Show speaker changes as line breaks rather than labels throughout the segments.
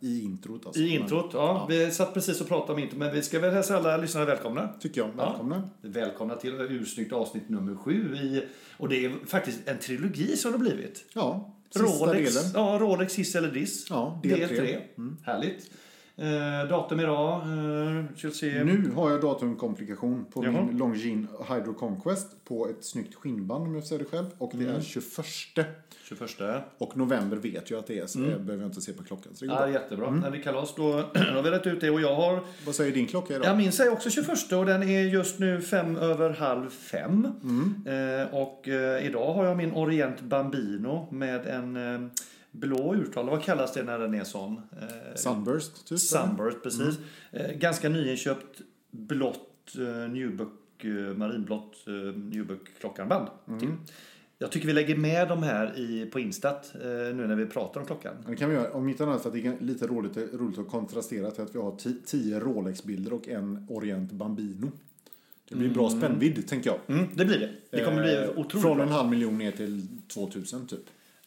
i introt. Alltså.
I eh, introt, ja. Vi satt precis och pratade om intro, men vi ska väl hälsa alla lyssnare välkomna.
Men, tycker jag. Välkomna.
Välkomna till ursnyggt avsnitt nummer sju. I, och det är faktiskt en trilogi som det har blivit.
Ja, sista
Rolex,
delen.
ja, Rolex hiss eller diss.
Ja, del
del 3.
tre. Mm.
Härligt. Eh, datum idag, eh, ska vi se.
Nu har jag datumkomplikation på
Jaha.
min Longines Hydro Conquest på ett snyggt skinnband om jag säger det själv. Och det
Mm.
är 21.
21.
Och november vet jag att det är så
Mm.
det behöver jag inte se på klockan. Så det går
Ja,
bra.
jättebra. När det är kalas då har vi rätt ut det. Och jag har,
Vad säger din klocka idag?
jag minns är också 21 och den är just nu fem över halv fem.
Mm.
Eh, och eh, idag har jag min Orient Bambino med en eh, blå urtavla. Vad kallas det när den är sån? Eh,
Sunburst typ? eller? Mm.
Sunburst, precis. Eh, ganska nyinköpt blått eh, Newbook, eh, marinblått eh, Newbook klockanband.
Mm.
Till. Jag tycker vi lägger med de här i, på Instat eh, nu när vi pratar om klockan.
Ja, Det kan vi göra. Om inte annat för att det är lite roligt, roligt att kontrastera till att vi har ti- tio Rolex-bilder och en Orient Bambino. Det blir bra spännvidd tänker jag.
Mm, det blir det. Det kommer bli
Eh,
otroligt
Från
bra.
en halv miljon ner till 2000 typ.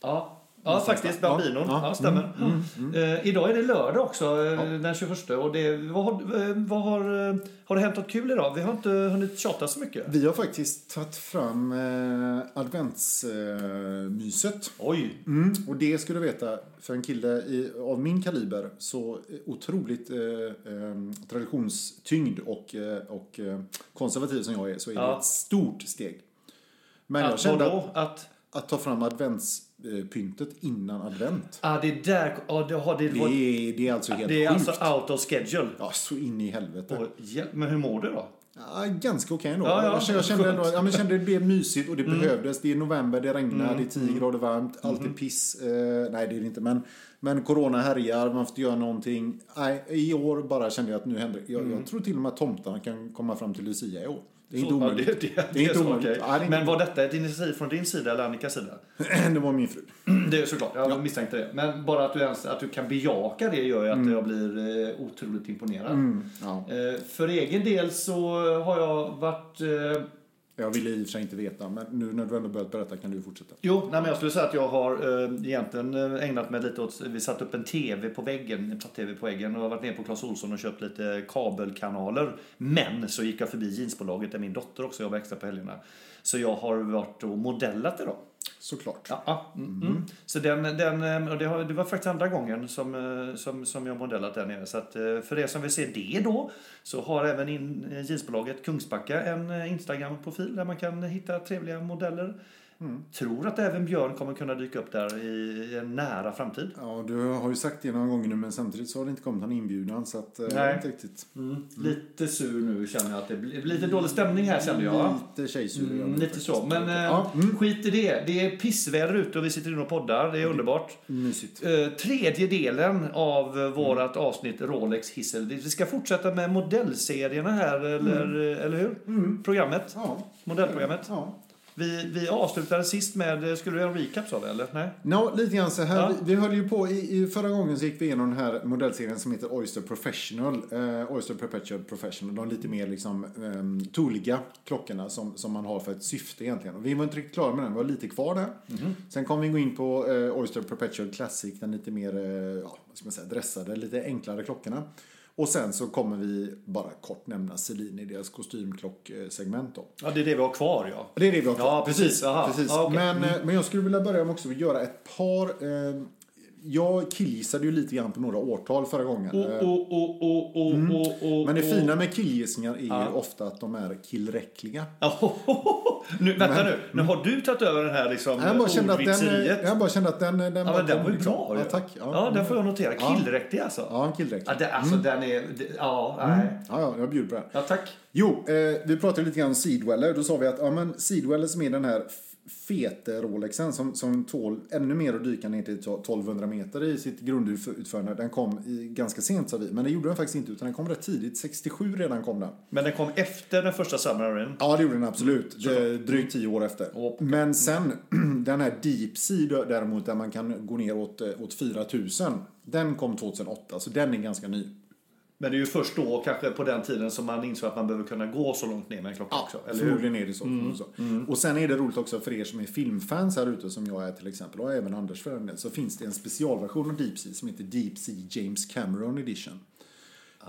Ja, ja faktiskt.
där.
Bambinon. Ja,
Ja, Mm,
stämmer. Eh, idag är det lördag också, eh, den 21. Och det, vad har, eh, vad har, eh, har det hänt något kul idag? Vi har inte hunnit tjata så mycket.
Vi har faktiskt tagit fram eh, adventsmyset.
Oj!
Mm. Och det ska du veta, för en kille i, av min kaliber så otroligt eh, eh, traditionstyngd och, eh, och eh, konservativ som jag är så är
Ja.
det ett stort steg. Men jag
Att,
kände att,
vadå? Att,
att ta fram adventspyntet innan advent,
ah, det där... Ah, det, har det,
det
var,
är, det är alltså helt
det är
sjukt.
alltså out of schedule.
Ja, så in i helvete.
Och, ja, men hur mår du då?
Ja, ganska okej ändå.
Ja,
Alltså,
Mm. ja,
jag kände, jag kände,
skönt.
ändå, ja, men jag kände det blev mysigt och det behövdes. Det är november, det regnar,
Mm.
det är 10 grader varmt, allt
Mm-hmm.
är piss. Eh, nej, det är det inte. Men, men corona härjar, man får inte göra någonting. Nej, I år bara kände jag att nu händer det. Jag, jag tror till och med att tomtarna kan komma fram till Lucia i år. Det är inte
Mm. Så- ja,
omöjligt.
Det, det, det
inte
är så,
omöjligt.
okej.
Ja, det, är
Men var detta ett initiativ från din sida eller Annikas sida?
inte, det var min fru.
Det är såklart, jag misstänkte det. Men bara att du, ens, att du kan bejaka det gör ju att
Mm.
jag blir eh, otroligt imponerad.
Ja.
Eh, För egen del så har jag varit... eh,
Jag ville i och för sig inte veta, men nu när du ändå börjat berätta kan du fortsätta.
Jo, nej, men jag skulle säga att jag har eh, egentligen eh, ägnat mig lite åt... Vi satte upp en TV på väggen, en platt-TV på väggen och har varit nere på Clas Ohlson och köpt lite kabelkanaler. Men så gick jag förbi jeansbolaget där min dotter också jobbar extra på helgerna. Så jag har varit och modellat idag.
Såklart.
Ja, ja, mm, mm. Så den, den, eh, och det, har, det var faktiskt andra gången som, eh, som, som jag modellat där nere. Så att, eh, för er som vill se det då så har även in, eh, jeansbolaget Kungsbacka en eh, Instagram-profil där man kan hitta trevliga modeller. Tror att även Björn kommer kunna dyka upp där i en nära framtid.
Ja, du har ju sagt det några gånger nu, men samtidigt så har det inte kommit någon inbjudan. Så att, eh,
Nej.
jag vet inte riktigt.
Mm. Lite sur nu känner jag att det blir lite dålig stämning här kände jag.
Lite tjejsur. är jag
Mm,
nu
lite
faktiskt.
så, men eh,
Ja, mm.
skit i det. Det är pissväder ute och vi sitter inne och poddar. Det är underbart.
Mysigt.
Eh, tredje delen av eh, vårat avsnitt Rolex Hissel. Vi ska fortsätta med modellserierna här, eller,
Mm.
eh, eller hur? Programmet.
Ja.
Modellprogrammet.
Ja.
Vi, vi avslutade sist med, eh, skulle du göra en recap sa vi eller? Nej?
Nå, lite grann så här.
Ja.
Vi, vi höll ju på, i, i förra gången så gick vi igenom den här modellserien som heter Oyster Professional. Eh, Oyster Perpetual Professional. De lite mer liksom eh, toliga klockorna som, som man har för ett syfte egentligen. Och vi var inte riktigt klara med den, vi var lite kvar där. Sen kom vi gå in på eh, Oyster Perpetual Classic, den lite mer, eh, ja, vad ska man säga, dressade, lite enklare klockorna. Och sen så kommer vi bara kort nämna Celine i deras kostymklocksegment då.
Ja, det är det vi har kvar ja.
Ja, Det är det vi har kvar.
Ja, precis. Aha.
precis.
Ja, okej. Mm.
men, eh, men jag skulle vilja börja med också att göra ett par... Eh, jag killgissade ju lite grann på några årtal förra gången.
Oh,
Eh,
oh, oh, oh, oh, oh, oh,
Mm. men det
oh.
fina med killgissningar är ju ofta att de är killräckliga.
nu, vänta nu, nu har du tagit över den här liksom
Jag bara kände att den, eh,
ordvitseriet.
jag bara kände att den, eh, den,
Ja,
bara
men den
kom
var ju
liksom.
bra
Ja,
ju.
tack.
Ja, den får jag notera.
Ja.
Killräcklig alltså.
Ja, Mm. en killräcklig.
Ja,
Ja,
det, alltså den är... det- Ja, nej.
ja, jag bjuder på det.
Ja, tack.
Jo, eh, vi pratade lite grann om Seedweller. Då sa vi att ja, men Seedweller som är den här f- fete Rolexen som, som tål ännu mer att dyka ner till to- 1200 meter i sitt grundutförande. Den kom i, ganska sent sa vi, men det gjorde den faktiskt inte utan den kom rätt tidigt. 67 redan kom den.
Men den kom efter den första Submarine.
Ja, det gjorde den absolut. Det, drygt tio år efter.
Och-
Men sen den här Deep Sea dö- däremot där man kan gå ner åt, eh, åt 4000. Den kom 2008, så den är ganska ny.
Men det är ju först då, kanske på den tiden, som man insåg att man behöver kunna gå så långt ner med en klocka också. Eller hur?
förmodligen är det så. förmodligen så. Och sen är det roligt också för er som är filmfans här ute, som jag är till exempel, och även Anders för den delen, så finns det en specialversion av Deep Sea som heter Deep Sea James Cameron Edition.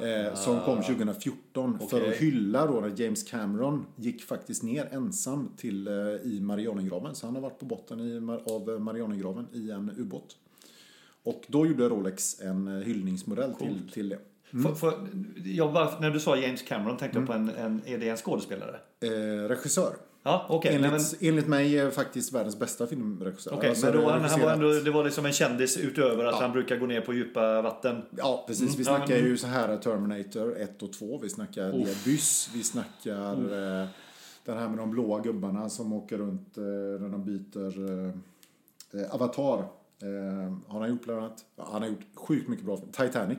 Eh, som kom 2014 för att
Okej.
hylla då när James Cameron gick faktiskt ner ensam till, eh, i Marianengraven. Så han har varit på botten i, Mar- av eh, Marianengraven i en ubåt. Och då gjorde Rolex en eh, hyllningsmodell till, till det.
Får- får- jag bara, när du sa James Cameron tänkte jag på
Mm.
en, en, är det en skådespelare?
Eh, regissör.
Ja, okej.
enligt,
nej, men-
enligt mig är faktiskt världens bästa filmregissör.
Okej,
Alltså,
men då han, han var
regisserat-
ändå, det var liksom en kändis utöver att han brukar gå ner på djupa vatten.
Ja, precis. Vi
Mm, ja,
snackar ju så här Terminator 1 och 2. Vi snackar Diabys. Vi snackar eh, den här med de blåa gubbarna som åker runt eh, när de byter eh, eh, Avatar. Eh, har han gjort bland annat. Ja, han har gjort sjukt mycket bra film. Titanic.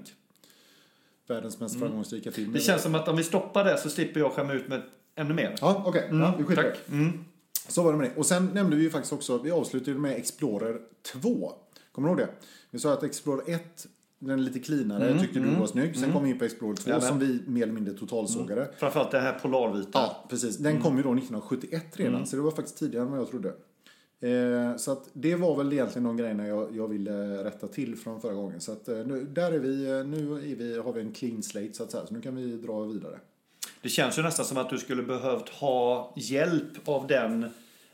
Världens mest framgångsrika film.
Mm. Det känns som att om vi stoppar det så slipper jag skämma ut med ännu mer.
Ja, okej. Ja, vi skiter i
Mm, tack.
det. Så var det med det. Och sen nämnde vi ju faktiskt också, vi avslutade med Explorer 2. Kommer du ihåg det? Vi sa att Explorer 1, den lite cleanare, tyckte du var snygg. Sen kom vi in på Explorer 2
Jajamän. Mm.
som vi mer eller mindre totalsågade.
Framförallt det här polarvita.
Ja, precis. Den kom ju då 1971 redan, så det var faktiskt tidigare än vad jag trodde. Eh, så att det var väl egentligen de grejerna jag, jag ville rätta till från förra gången. Så att eh, nu, där är vi, eh, nu är vi, har vi en clean slate så att säga, så nu kan vi dra vidare.
Det känns ju nästan som att du skulle behövt ha hjälp av den,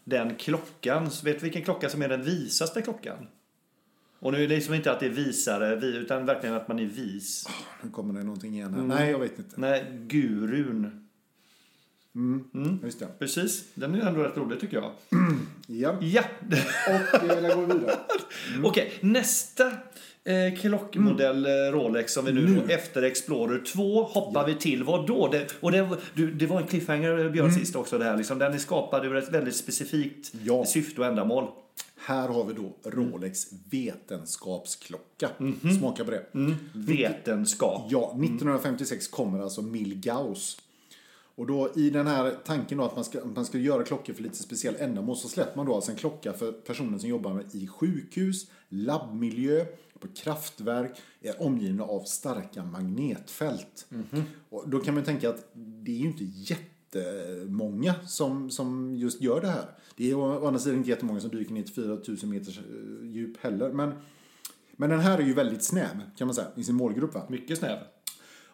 den klockan. Så Vet du vilken klocka som är den visaste klockan? Och nu är det liksom inte att det är visare, vi- utan verkligen att man är vis.
Nu kommer det någonting igen här. Nej, jag vet inte.
Nej, gurun.
Just det.
Precis, den är ändå rätt rolig tycker jag.
Ja.
Ja,
Och eh, när går vi vidare?
Okej, nästa eh, klockmodell eh, Rolex som vi nu, då, efter Explorer 2 hoppar vi till. Vad då? Det, och det, du, det var en cliffhanger Björn sist också. Det här, liksom. Den är skapad ur ett väldigt specifikt
Ja.
syfte och ändamål.
Här har vi då Rolex vetenskapsklocka. Smaka på det.
Vetenskap.
Ja, 1956 kommer alltså Milgauss. Och då i den här tanken då att man ska, att man ska göra klockor för lite speciell ändamål så släpper man då alltså en klocka för personer som jobbar med i sjukhus, labbmiljö, på kraftverk, är omgivna av starka magnetfält. Och då kan man tänka att det är ju inte jättemånga som, som just gör det här. Det är å å andra sidan inte jättemånga som dyker ner till 4000 meters eh, djup heller. Men, men den här är ju väldigt snäv kan man säga i sin målgrupp. Va?
Mycket snäv.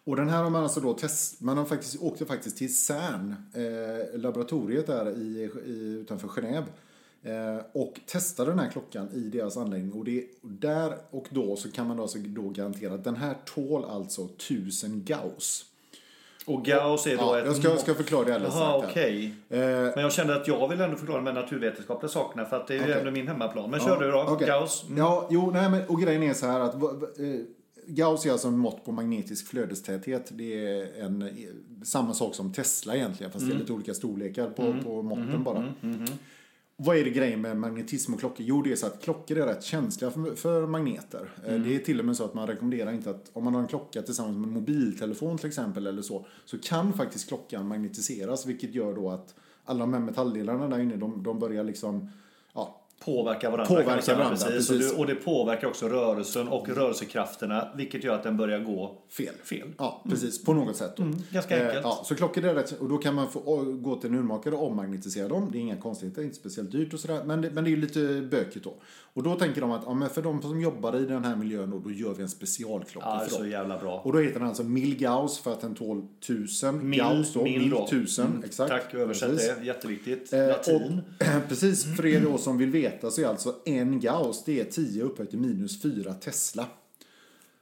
Och den här har man alltså då test, man har faktiskt, åkte faktiskt till CERN, eh, laboratoriet där i, i, utanför Genève. Eh, och testade den här klockan i deras anläggning. Och det, och där och då så kan man alltså då garantera att den här tål alltså 1000 Gauss.
Och Gauss är då
Ja,
ett...
jag ska, jag ska förklara det alldeles
Jaha,
strax här.
okej.
Eh,
Men jag kände att jag vill ändå förklara de här naturvetenskapliga sakerna för att det är ju
Okej.
ändå min hemmaplan. Men kör du då,
okej.
Gauss. Mm.
Ja, jo, nej, men, och grejen är så här att va- va- eh, Gauss är alltså en mått på magnetisk flödestäthet. Det är en, eh, samma sak som Tesla egentligen, fast
Mm.
det är lite olika storlekar på, på måtten
Mm-hmm.
bara. Vad är det grejen med magnetism och klockor? Jo, det är så att klockor är rätt känsliga för, för magneter. Eh,
Mm.
Det är till och med så att man rekommenderar inte att om man har en klocka tillsammans med en mobiltelefon till exempel eller så, så kan faktiskt klockan magnetiseras, vilket gör då att alla de här metalldelarna där inne, de, de börjar liksom, ja,
Påverkar varandra.
Påverkar
kan man säga,
varandra,
Och,
precis. Mm.
det, och det påverkar också rörelsen och rörelsekrafterna vilket gör att den börjar gå
fel.
fel.
Ja, precis. På något sätt. Då.
Mm,
Eh,
ganska enkelt.
ja, så klockor är rätt, och då kan man få å- gå till en urmakare och ommagnetisera dem. Det är inga konstigheter, inte speciellt dyrt och sådär. Men det, men det är ju lite bökigt då. Och då tänker de att ja, men för de som jobbar i den här miljön då, då gör vi en specialklocka
Ja, det är
för dem.
så Alltså, jävla bra.
Och då heter den alltså Milgauss för att den tål 1000.
Mil-
Gauss då,
mil
mil
då. Mm,
1000. Exakt.
Tack, översätt
Precis.
det. Jätteviktigt.
Eh,
Latin. Mm.
Och, precis, för er då som vill veta så är alltså en Gauss, det är 10 upphöjt till minus 4 Tesla.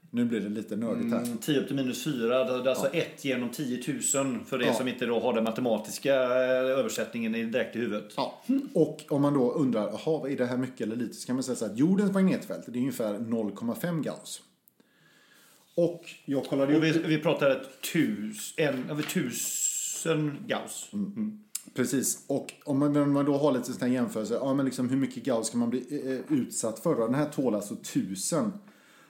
Nu blir det lite nördigt här.
10 upp till minus 4, det är alltså 1 genom 10 000 för er
Ja.
som inte då har den matematiska eh, översättningen i- direkt i huvudet.
Ja. Och om man då undrar, jaha, är det här mycket eller lite? Så kan man säga så här, att jordens magnetfält det är ungefär 0,5 Gauss. Och jag kollade
Och vi,
ju
vi pratar ett tus, en, över tusen Gauss.
Mm. precis. Och om man, om man då har lite sån här jämförelse, ja men liksom hur mycket Gauss kan man bli eh, utsatt för? då? Den här tål alltså 1000.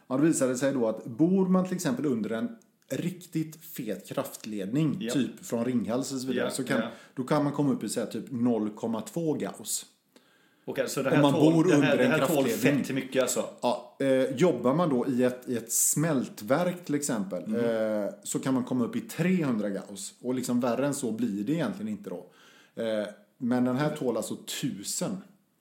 Ja, då visar det sig då att bor man till exempel under en riktigt fet kraftledning,
Ja.
typ från Ringhals och så vidare,
Ja,
så kan,
ja.
då kan man komma upp i så här typ 0,2 Gauss.
Och alltså det
Om
här
man
tål,
bor
det här,
under
det
en
här tål
kraftledning.
fett mycket alltså.
Ja, eh, jobbar man då i ett, i ett smältverk till exempel
Mm.
eh, så kan man komma upp i 300 gauss. Och liksom värre än så blir det egentligen inte då. Eh, men den här tål alltså 1000.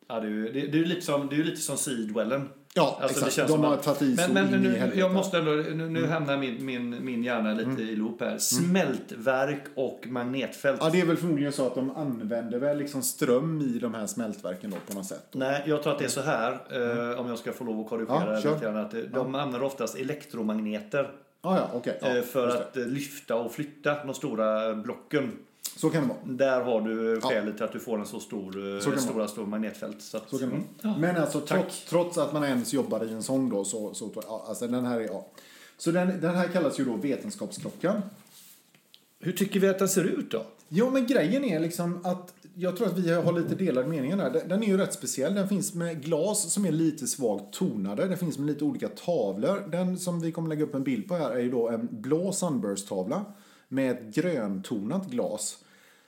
Ja, det, är ju, det, det, är ju lite som, det är ju lite som Sidwellen.
Ja,
Alltså, det
exakt.
känns
De
som
har
att-
tagit i så
Men, men
in
nu,
i helvete. Mm.
jag måste ändå, nu, nu hamnar min, min, min hjärna lite i loop här. Smältverk och magnetfält.
Ja, det är väl förmodligen så att de använder väl liksom ström i de här smältverken då på något sätt.
Nej, jag tror att det är så här, eh, om jag ska få lov att
Mm. Ja,
korrigera det
kör.
lite grann. Att de de använder oftast elektromagneter
Ah, ja, okej. ja,
eh, för
just det.
att eh, lyfta och flytta de stora blocken.
Så kan det vara.
Där har du
Ja.
skälet till att du får en så stor, eh,
Så kan det
stora, stor magnetfält. Så att,
Så kan det
mm.
vara. Men alltså trots, trots att man ens jobbar i en sång då så, så ja, alltså den här är, ja. Så den, den här kallas ju då vetenskapsklockan.
Hur tycker vi att den ser ut då?
Jo men grejen är liksom att jag tror att vi har lite delade meningar där. Den- Den är ju rätt speciell. Den finns med glas som är lite svagt tonade. Den finns med lite olika tavlor. Den som vi kommer lägga upp en bild på här är ju då en blå Sunburst-tavla med ett gröntonat glas.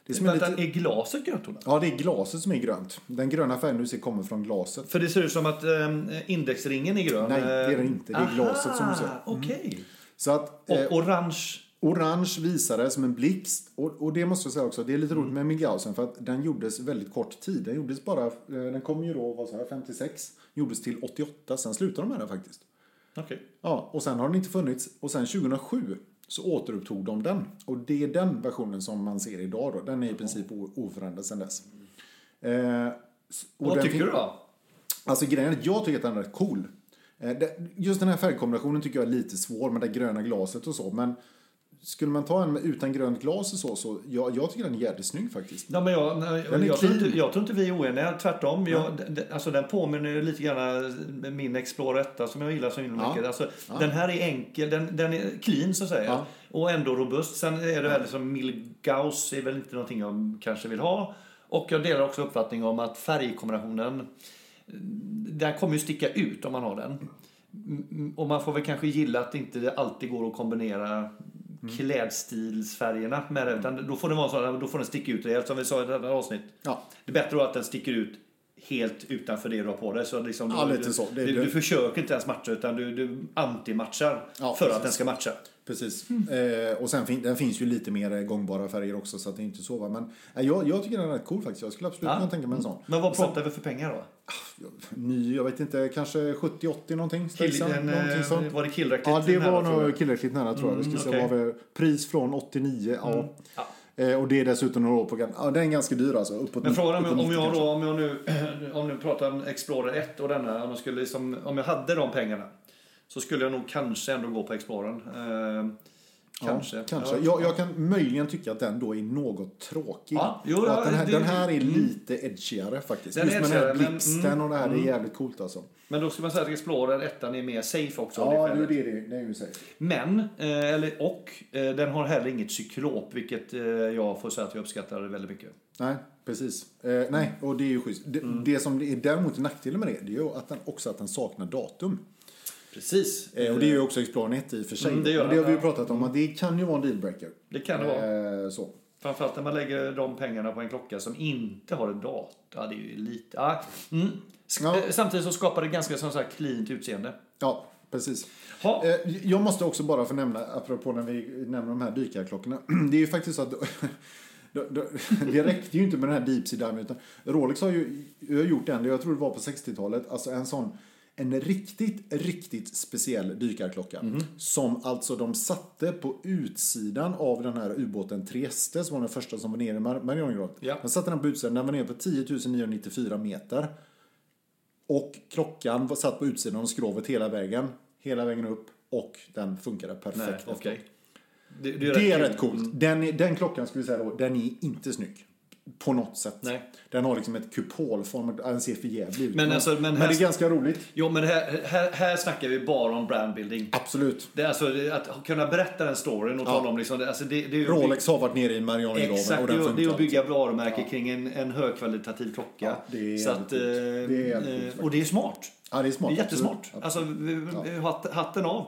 Det är som en
Vänta,
lite...
är glaset gröntonat?
Ja, det är glaset som är grönt. Den gröna färgen du ser kommer från glaset.
För det ser ut som att ehm, indexringen är grön. Eh,
Nej, det är den inte. Det är
Aha,
glaset som ser.
Okej.
Så att eh,
Och orange.
orange visade som en blixt. Och, och det måste jag säga också, det är lite
Mm.
roligt med Minghausen för att den gjordes väldigt kort tid. Den gjordes bara, eh, den kom ju då, vad sa jag, 56. Gjordes till 88, sen slutade de med den faktiskt.
Okej.
Ja, och sen har den inte funnits. Och sen 2007 så återupptog de den. Och det är den versionen som man ser idag då. Den är i princip o- oförändrad sedan dess. Eh, s- och
Vad
den
tycker
fin-
du då?
Alltså grejen är att jag tycker att den är rätt cool. Eh, det- Just den här färgkombinationen tycker jag är lite svår med det gröna glaset och så. Men skulle man ta en med- utan grönt glas och så, så jag, jag tycker den är jävligt snygg faktiskt.
Nej, men jag, nej,
Den är
jag, tror inte,
clean.
jag tror inte vi är oeniga, tvärtom. Jag, d- d- alltså, den påminner ju lite grann eh, min Explorer 1 som jag gillar så himla
Ja.
mycket. Alltså, Den här är enkel, den, den är clean så att säga.
Ja.
Och ändå robust. Sen är det väl som Milgaus är väl inte någonting jag kanske vill ha. Och jag delar också uppfattningen om att färgkombinationen eh, den kommer ju sticka ut om man har den. Mm, mm, Och man får väl kanske gilla att inte det alltid går att kombinera
Mm.
klädstilsfärgerna med det. Utan då får den, vara så, då får den sticka ut rejält som vi sa i detta avsnitt.
Ja,
Det är bättre då att den sticker ut helt utanför det du har på dig. Så liksom
Ja,
du,
lite så. Det-
du,
det-
du försöker inte ens matcha utan du, du antimatchar
Ja,
för
precis.
att den ska matcha.
precis. Eh, och sen fin- den finns ju lite mer eh, gångbara färger också så att det är inte så va. Men eh, jag, jag tycker den är rätt cool faktiskt. Jag skulle absolut
Ja.
kunna tänka mig en sån.
Men vad
Sen-
pratar vi för pengar då?
Mm. Ny, jag vet inte, kanske 70-80 någonting.
Kill,
Strixen,
en, eh,
någonting sånt.
var det killräckligt?
Ja, det
nära,
var
tror du?
nog tillräckligt nära tror jag.
Mm,
Det ska
okej. Mm,
okay. vara pris från 89. Ja.
Ja.
Eh, Och det är dessutom några år på gammal. Ja, den är ganska dyr alltså. Uppåt
Men frågan är
uppåt
om, om
90
jag
kanske.
då, om jag nu, om nu pratar om Explorer 1 och denna, om jag, skulle liksom, om jag hade de pengarna så skulle jag nog kanske ändå gå på Explorern. Eh, kanske.
Ja, kanske. Jag, jag kan möjligen tycka att den då är något tråkig.
Ja, jo,
och att
ja,
den, här,
det- mm.
den här är lite edgigare faktiskt.
Den är
Just med den här
edgigare, men- mm.
blixten och det här, det är jävligt coolt alltså.
Men då skulle man säga att Explorer 1 är mer safe också. av det
Ja, det
skälet.
är det det, det är ju säkert.
Men, eh, eller och, eh, den har heller inget cyklop, vilket eh, jag får säga att jag uppskattar väldigt mycket.
Nej, precis. Eh, nej, och det är ju schysst. Det,
Mm.
det som det är däremot är nackdelen med det, det är ju att den, också att den saknar datum.
Precis.
Eh, och det är ju också Explorer 1 i och för sig.
Mm, det gör
Men det har
den,
vi ju
ja.
pratat om, att det kan ju vara en dealbreaker.
Det kan det vara.
Eh, så.
Framförallt när man lägger de pengarna på en klocka som inte har en dator. Ja, det är ju lite... Ja. Mm. Sk-
Ja.
eh, Samtidigt så skapar det ganska som sagt cleant utseende.
Ja, precis.
Ha.
Eh, Jag måste också bara få nämna, apropå när vi nämner de här dykarklockorna. Det är ju faktiskt så att då- då- det räckte ju inte med den här Deep Sea Diamond. Utan Rolex har ju jag har gjort en, jag tror det var på 60-talet, alltså en sån en riktigt, riktigt speciell dykarklocka. Som alltså de satte på utsidan av den här ubåten Trieste som var den första som var nere i Mar- Marianergraven.
Ja.
De satte den på utsidan, den var nere på 10 994 meter. Och klockan var satt på utsidan av skrovet hela vägen. Hela vägen upp. Och den funkade perfekt.
Nej,
efteråt.
okej. Mm. Det,
Det är
kul.
rätt coolt. Den, är- den klockan skulle vi säga då, den är inte snygg. På något sätt.
Nej.
Den har liksom ett kupolformat, den ser för jävlig ut.
Men alltså, men
men
här-
det är ganska roligt.
Jo, men här, här, här snackar vi bara om brandbuilding.
Absolut.
Det är alltså det- att kunna berätta den storyn och tala om liksom... det- Alltså det, det är ju
Rolex har varit nere i Marianergraven
Exakt,
och
det
den
är, det är
funkar. liksom.
att bygga varumärke kring en, en högkvalitativ klocka.
Ja, det är
så att,
jävligt coolt. Det är jävligt coolt
eh,
faktiskt.
och det är smart.
ja, det är smart.
det är jättesmart.
absolut.
Alltså, vi- hat- hatten av.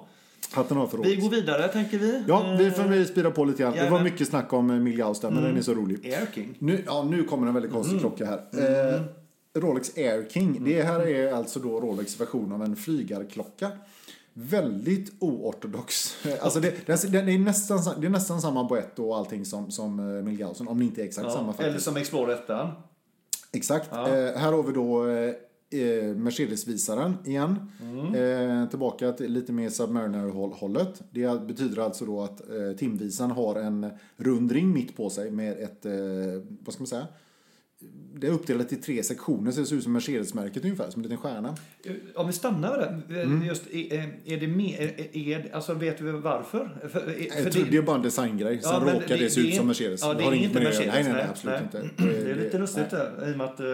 Hatten av för
Vi
Rolex.
går vidare, tänker vi.
Ja, vi får vi spira på lite grann. Det var
Jajamän.
mycket snack om eh, Milgaus där, men den är så rolig.
Air King. Mm.
Nu, ja, nu kommer en väldigt konstig klocka här. Eh, Rolex Air King. Det här är alltså då Rolex version av en flygarklocka. Väldigt oortodox. Alltså det, det, det, är nästan, sa- det är nästan samma boett och allting som, som eh, Milgausen, om det inte är exakt
Ja,
samma faktiskt.
eller som Explorer 1.
Exakt. Eh, här har vi då eh, eh, Mercedes-visaren igen.
Mm.
Eh, tillbaka till lite mer Submariner-hållet. Det betyder alltså då att eh, timvisaren har en rund ring mitt på sig med ett, eh, vad ska man säga? Det är uppdelat i tre sektioner så det ser ut som Mercedes-märket ungefär, som en liten stjärna.
Om vi stannar där.
Mm.
Just, är, är det mer, är, är, alltså vet vi varför? För, e, för
Jag trodde det är bara en designgrej, sen
Ja, men
råkar det,
det-
se ut
det är-
som Mercedes.
ja, det
har
är
inget
inte
med det att
Mercedes,
göra. Nej, nej, nej,
nej,
absolut
nej.
inte. Eh,
det är lite lustigt där, i och med att... eh,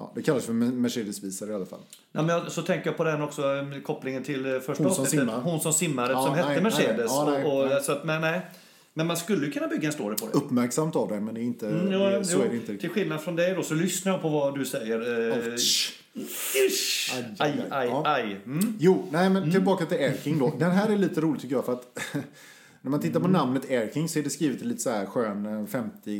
Ja, det kallas för Mercedes-visare i alla fall.
Nej, men jag, så tänker jag på den också, eh, kopplingen till eh, första
Hon som simmar.
Hon som simmar,
Ja,
som
nej,
hette
nej,
Mercedes.
ja, nej,
och, och,
nej.
Så att, men, nej. men man skulle ju kunna bygga en story på det.
Uppmärksamt av den, men det är inte,
Mm,
det,
ja,
så
jo,
är det inte riktigt.
Till skillnad från dig då så lyssnar jag på vad du säger. Eh,
Ouch.
ish.
Aj, aj,
Aj,
aj.
aj,
Ja.
aj. Mm.
Jo, nej men tillbaka till Air King då. Den här är lite rolig tycker jag för att när man tittar på namnet Air King så är det skrivet i lite så här skön eh,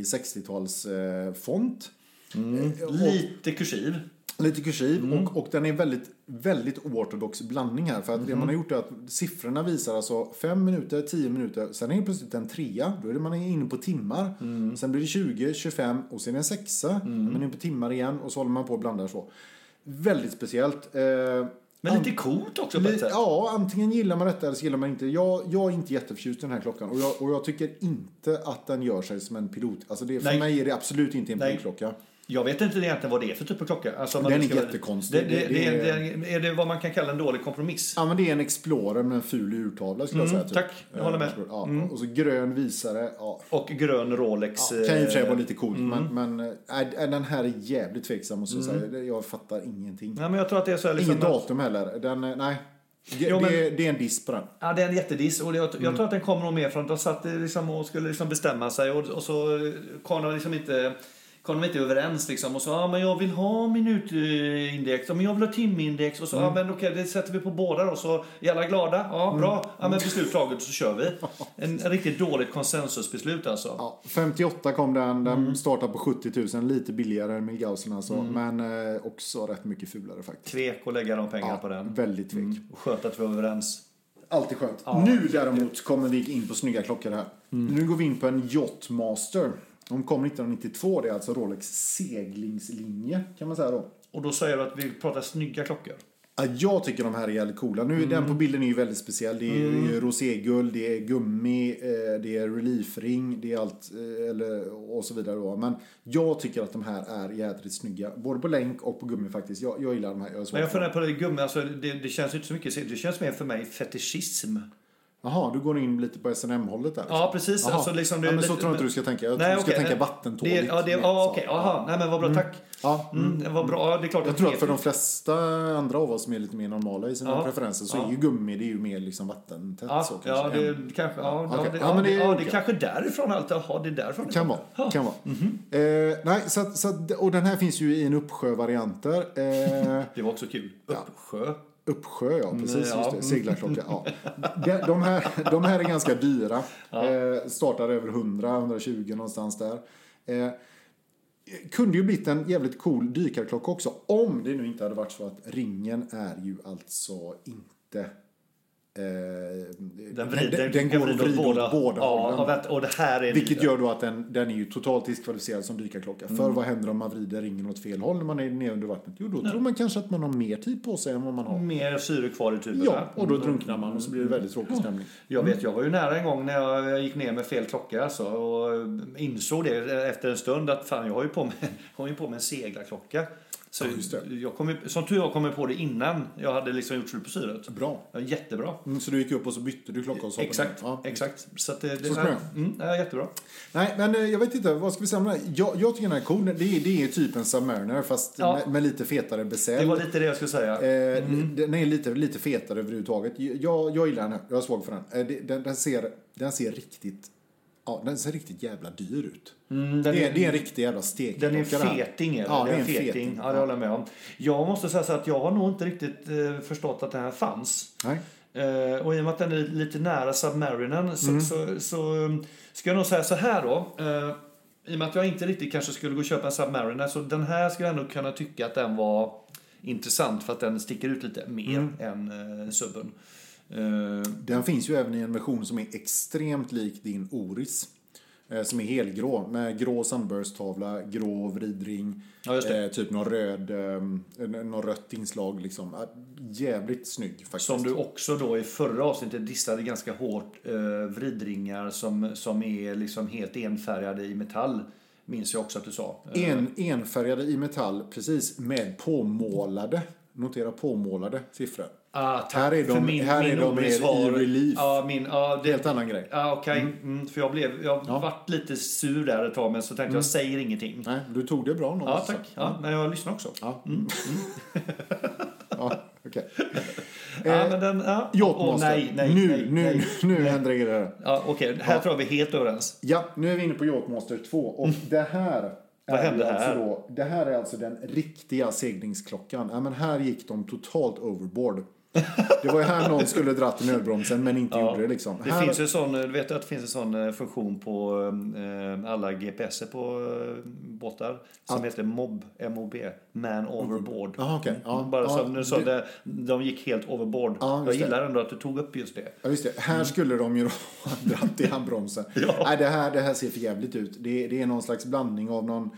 50-60-tals eh, font. Eh, och,
Lite kursiv.
lite kursiv och, och den är väldigt, väldigt oortodox blandning här. För att det man har gjort är att siffrorna visar alltså 5 minuter, 10 minuter, sen är det plötsligt en trea. Då är det man är inne på timmar. Sen blir det 20, 25 och sen en sexa. Man är inne på timmar igen och så håller man på och blandar så. Väldigt speciellt. Eh,
Men lite coolt också på ett
Li-
sätt.
Ja, antingen gillar man detta eller så gillar man inte. Jag, jag är inte jätteförtjust i den här klockan och jag, och jag tycker inte att den gör sig som en pilot. Alltså det, för
Nej.
mig är det absolut inte en
Nej.
pilotklocka.
Jag vet inte egentligen vad det är för typ av klocka. Alltså, om man
Den är
ska-
jättekonstig.
Det, det,
Det-
det,
det-
det, är det vad man kan kalla en dålig kompromiss?
Ja, men det är en Explorer med en ful urtavla skulle jag
Mm,
säga.
tack. Jag håller med. Mm.
Eh, Ja, Och så grön visare. Ja.
Och grön Rolex.
Ja, kan ju i och för sig
eh, mm.
vara lite coolt men, men äh, den här är jävligt tveksam måste jag säga. Det- Jag fattar ingenting.
Nej, men jag tror att det är så här, liksom,
Inget datum heller. Den, eh, nej. Det,
Jo, men-
det, är- det är en diss på den.
Ja, det är en jättediss. Och jag, jag
Mm.
tror att den kommer nog mer från att de satt eh, liksom och skulle liksom bestämma sig och, och så eh, kom de liksom inte kom de inte överens liksom och sa ah, men jag vill ha minutindex, ah, men jag vill ha timindex och så
Mm.
ah, men okej det sätter vi på båda då så är alla glada, ja bra, ja
Mm.
men beslut taget så kör vi. En, en riktigt dåligt konsensusbeslut alltså.
Ja, 58 kom den. Den
Mm.
startade på 70 000. Lite billigare än Milgausen alltså.
Mm.
Men eh, också rätt mycket fulare faktiskt.
Tvek och lägga de pengarna
Ja,
på den. Mm.
Väldigt tvek.
Och skönt att vi var överens.
Alltid skönt. Nu däremot kommer vi in på snygga klockor här.
Mm.
Nu går vi in på en Yachtmaster. De kom 1992. Det är alltså Rolex seglingslinje kan man säga då.
Och då säger du att vi pratar snygga klockor.
Ja, jag tycker de här är jävligt coola. Nu, Den
Mm.
på bilden är ju väldigt speciell. Det är ju roséguld, det är gummi, eh, det är reliefring, det är allt eh, eller, och så vidare. Då. Men jag tycker att de här är jädrigt snygga. Både på länk och på gummi faktiskt. Jag, jag gillar de här. Jag är
Men jag
svag för dem.
funderar på det gummi, alltså det, det känns ju inte så mycket, det känns mer för mig fetischism.
Jaha, du går in lite på SNM-hållet där.
Ja, precis.
Jaha.
Alltså, liksom, det
ja,
är
men så
lite-
tror jag inte du ska tänka. Jag tror
Nej,
du ska
okej,
tänka
nej.
vattentåligt.
Det, ja, det,
mer,
ja,
så.
okej. Aha, nej men vad bra, tack.
Ja.
Mm, det var bra. Ja, det är klart
Jag
det
tror
är
att för de flesta andra av oss som är lite mer normala i sina
Ja.
preferenser så är
Ja.
ju gummi det är ju mer liksom vattentätt.
Ja,
så kanske,
ja, det
än-
kanske... Ja,
Okej.
ja, det,
Ja,
ja,
men
det,
det är
ja, det
okej.
kanske är därifrån allt. Jaha, det är därifrån. det
Kan
kommer.
vara. Kan vara.
Mhm.
Eh, nej, så att, så att, och den här finns ju i en uppsjö varianter. Eh,
Det var också kul. Uppsjö.
uppsjö, ja. Precis,
Mm, ja.
just det. Seglarklocka. Ja. De, de, här, de här är ganska dyra. Eh, startar över 100, 120 någonstans där. Eh, kunde ju blivit en jävligt cool dykarklocka också. Om det nu inte hade varit så att ringen är ju alltså inte... Eh, den,
vrider-
den, den går och
vrider
vrider åt båda,
ja,
hållen.
och, vänta, och det här är...
Vilket gör då att den, den är ju totalt diskvalificerad som dykarklocka.
Mm.
För vad händer om man vrider ringen åt fel håll när man är nere under vattnet? Jo, då tror man kanske att man har mer tid på sig än vad man har.
Mer syre kvar i typ, tuben.
Ja,
va?
och då drunknar man och så blir det väldigt tråkig stämning.
Jag vet, jag var ju nära en gång när jag gick ner med fel klocka alltså, och insåg det efter en stund att fan, jag har ju på mig, jag har ju på mig en seglarklocka. Så
Ja, just det.
jag kom, ju- som tur var kom jag på det innan jag hade liksom gjort slut på syret.
Bra.
Ja, jättebra.
Mm, så du gick upp och så bytte du klocka och så
Exakt,
Ja.
exakt. Så att det, det
Så
här,
sprang
mm, ja, jättebra.
Nej, men eh, jag vet inte, vad ska vi säga om den här? jag, jag tycker den här är cool. Det är, det är typ en Submariner fast
Ja.
med, med lite fetare besäl.
Det var Mm. lite det jag skulle säga.
Eh, Den är lite, lite fetare överhuvudtaget. Jag, jag gillar den här. Jag är svag för den. Eh, det- Den, den, ser, den ser riktigt Ja, den ser riktigt jävla dyr ut.
Mm, den
det, är,
är-
det är en riktig jävla stek.
Den är en feting. eller?
Ja,
det är en feting. Ja, det
Ja.
håller jag med om. Jag måste säga så att jag har nog inte riktigt eh, förstått att det här fanns.
Nej.
Eh, och i och med att den är
Mm.
lite nära Submarinen så, så, så, um, ska jag nog säga så här då. Eh, I och med att jag inte riktigt kanske skulle gå och köpa en Submariner så den här skulle jag ändå kunna tycka att den var intressant för att den sticker ut lite mer
Mm.
än eh, Subben. Eh,
Den finns ju även i en version som är extremt lik din Oris. eh, Som är helgrå med grå Sunburst-tavla, grå vridring,
Ja, just det.
eh, typ någon röd, eh, någon rött inslag liksom. Eh, Jävligt snygg faktiskt.
Som du också då i förra avsnittet dissade ganska hårt. Eh, vridringar som, som är liksom helt enfärgade i metall. Minns jag också att du sa. Eh,
En, enfärgade i metall, precis, med påmålade, notera påmålade siffror.
ah, tack,
Här är de-
för min,
här är
min
de
Oris
mer i relief.
Ja, min, ja, det,
Helt annan grej.
ja, okej. Mm. för jag blev, jag vart lite sur där ett tag men så tänkte
Mm.
jag, jag säger ingenting.
Nej, du tog det bra någon
Ja, tack. Ja, men jag lyssnar också.
Ja, mm. ja okej.
Ja, men den, ja. Åh,
Yachtmaster.
nej, nej,
Eh, nu,
nej,
nu,
nej.
nu händer det grejer.
Ja, okej, här tror jag vi är helt överens.
Ja, nu är vi inne på Yachtmaster 2 och det här
Mm. Vad hände
ju
här?
Alltså då, det här är alltså den riktiga seglingsklockan. Ja, men här gick de totalt overboard. Det var ju här någon skulle dratt i nödbromsen men inte gjorde det liksom.
Det
här,
finns ju sån, du vet att det finns en sån eh, funktion på eh, alla GPSer på eh, båtar som heter MOB, MOB, Man Overboard.
Jaha, okej. Ja,
Bara
ja,
som du sa,
det-
det, de gick helt overboard.
Ja,
jag
just det.
gillar ändå att du tog upp just det.
Ja, just det.
Mm.
Här skulle de ju då ha dratt i handbromsen. Nej, det här, det här ser för jävligt ut. Det, det är någon slags blandning av någon...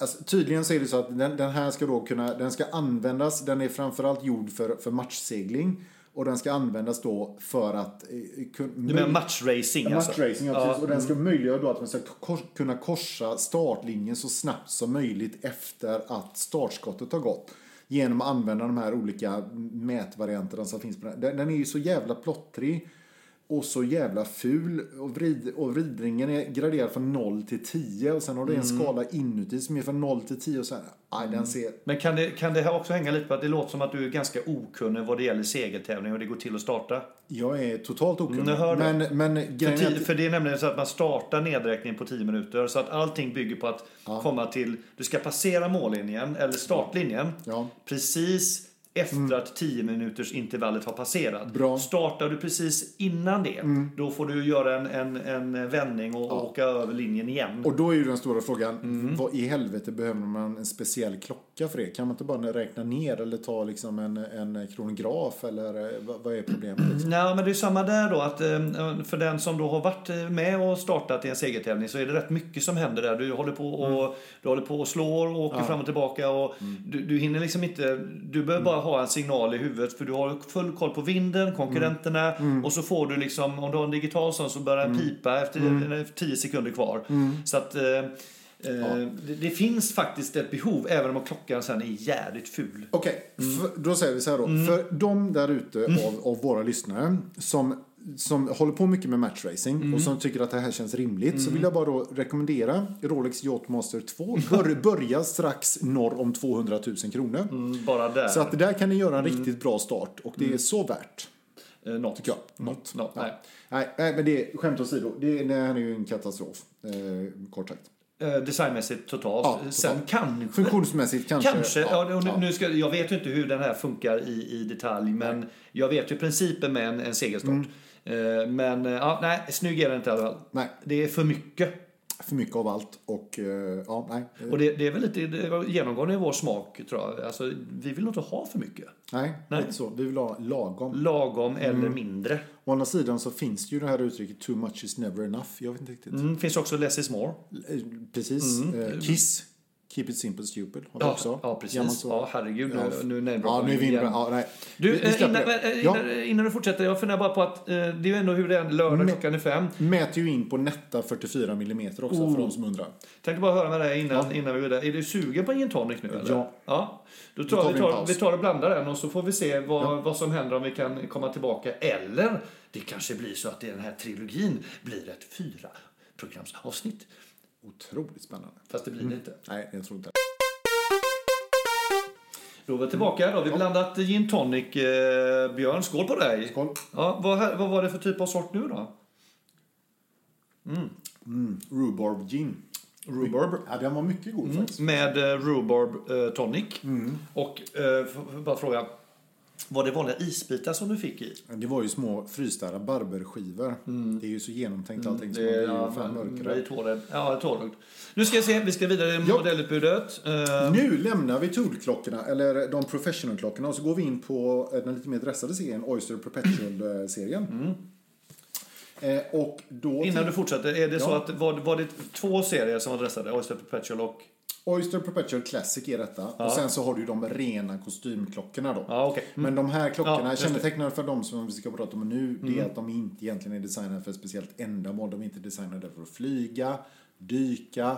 Alltså, tydligen så är det så att den, den här ska då kunna... Den ska användas. Den är framförallt gjord för, för matchsegling. Och den ska användas då för att... eh,
Du menar matchracing alltså?
Matchracing, ja, precis. Och den ska möjliggöra då att man ska kors, kunna korsa startlinjen så snabbt som möjligt efter att startskottet har gått. Genom att använda de här olika mätvarianterna som finns på den. Den, den är ju så jävla plottrig och så jävla ful. Och, vrid, och vridringen är graderad från 0 till 10 och sen har du en
Mm.
skala inuti som är från 0 till 10 och sen, aj, den ser...
Men kan det, kan det här också hänga lite på att det låter som att du är ganska okunnig vad det gäller segeltävling och det går till att starta?
Jag är totalt
Mm,
okunnig.
jag hör det.
Men, men
För,
grejen är
ti-
att...
för det är nämligen så att man startar nedräkningen på 10 minuter så att allting bygger på att komma till, du ska passera mållinjen eller startlinjen
Ja. Mm.
precis efter att 10 minuters intervallet har passerat.
Bra. Mm.
Startar du precis innan det, då får du göra en, en, en vändning och åka över linjen igen.
Och då är ju den stora frågan, vad i helvete behöver man en speciell klocka för det? Kan man inte bara räkna ner eller ta liksom en, en kronograf eller eh, vad, vad är problemet? Liksom?
Nej, men det är samma där då. Att, eh, för den som då har varit eh, med och startat i en segertävling så är det rätt mycket som händer där. Du håller på och,
Mm.
du håller på och slår och åker fram och tillbaka. Och du, du hinner liksom inte... Du
Mm.
behöver bara ha en signal i huvudet för du har full koll på vinden, konkurrenterna
Mm.
och så får du liksom... Om du har en digital sån så börjar den pipa efter
Mm.
eh, 10 sekunder kvar. Så att... eh, eh, det, det finns faktiskt ett behov även om klockan sen är jävligt ful.
Okej, för- då säger vi så här då. För de där ute av, av våra lyssnare som, som håller på mycket med matchracing och som tycker att det här känns rimligt så vill jag bara då rekommendera Rolex Yachtmaster 2. Bör, börja strax norr om 200 000 kronor.
Bara där.
Så att där kan ni göra en riktigt bra start och det är så värt.
eh, något.
Tycker jag. Något.
Något,
ja.
nej.
nej. Nej, men det är skämt åsido. Det, är- det här är ju en katastrof. Eh, kort sagt.
Eh, designmässigt totalt. Eh,
Ja, totalt.
Sen kanske...
Funktionsmässigt kanske.
Kanske. Ja, och nu,
ja.
nu ska, jag vet ju inte hur den här funkar i, i detalj, men jag vet ju principen med en, en segelstart.
Mm.
Eh, Men eh, ja, nej, snygg är den inte i alla fall.
Nej,
Det är för mycket.
för mycket av allt. Och eh, ja, nej. Eh,
Och det, det är väl lite det var genomgående i vår smak, tror jag. Alltså, vi vill inte ha för mycket.
nej,
Nej.
Lite så. Vi vill ha lagom.
Lagom eller
Mm.
mindre.
Å andra sidan så finns det ju det här uttrycket too much is never enough. Jag vet inte riktigt.
Mm, finns också less is more.
Eh, Precis. Eh, Kiss. Keep it simple stupid har vi
Ja,
också.
ja, precis.
Gammalt så.
Ja, herregud.
Ja,
Nu, nu, nej,
ja, nu är vi inne på ja, nej.
Du,
Vi- vi
eh,
släpper
innan,
det.
eh,
Ja.
innan, innan du fortsätter, jag funderar bara på att eh, det är ju ändå hur det är
Mm.
lördag klockan är fem.
Mäter ju in på nätta 44 mm också för
Oh.
de som undrar.
Tänkte bara höra med dig innan, innan vi går vidare. Är du sugen på en gin tonic nu eller?
Ja.
ja. Då tar, vi,
tar vi en
tar,
paus.
vi tar och blandar den och så får vi se vad, vad som händer om vi kan komma tillbaka. Eller det kanske blir så att den här trilogin blir ett fyra programsavsnitt.
Otroligt spännande.
Fast det blir
Mm.
det inte.
Nej, jag tror inte
Då är vi tillbaka. Då har vi blandat gin tonic. Eh, Björn, skål på dig.
Skål.
Ja, vad, här, vad var det för typ av sort nu då?
Rhubarb gin. Rhubarb. Mm. Ja, den var mycket god faktiskt. Mm.
Med eh, rhubarb eh, tonic. Och eh, f- f- bara fråga. Var det vanliga isbitar som du fick i?
Mm. Det var ju små frysta rabarberskivor. Det är ju så genomtänkt allting. så man
Det
blir Mm, ju
ja, man
fan mörkare.
blir tårögd. Ja, tårögd. Nu ska jag se, vi ska vidare i modellutbudet. Eh,
Nu lämnar vi Tool-klockorna, eller de professional-klockorna, och så går vi in på eh, den lite mer dressade serien, Oyster Perpetual-serien. Eh, och då...
Innan du fortsätter, är det så
Ja.
att var, var det två serier som var dressade? Oyster Perpetual och...
Oyster Perpetual Classic är detta. Och sen så har du ju de rena kostymklockorna då.
Ja, okej.
Men de här
Mm. Ja,
klockorna,
just det. Mm.
kännetecknande för de som vi ska prata om nu, det är att de inte egentligen är designade för ett speciellt ändamål. De är inte designade för att flyga, dyka,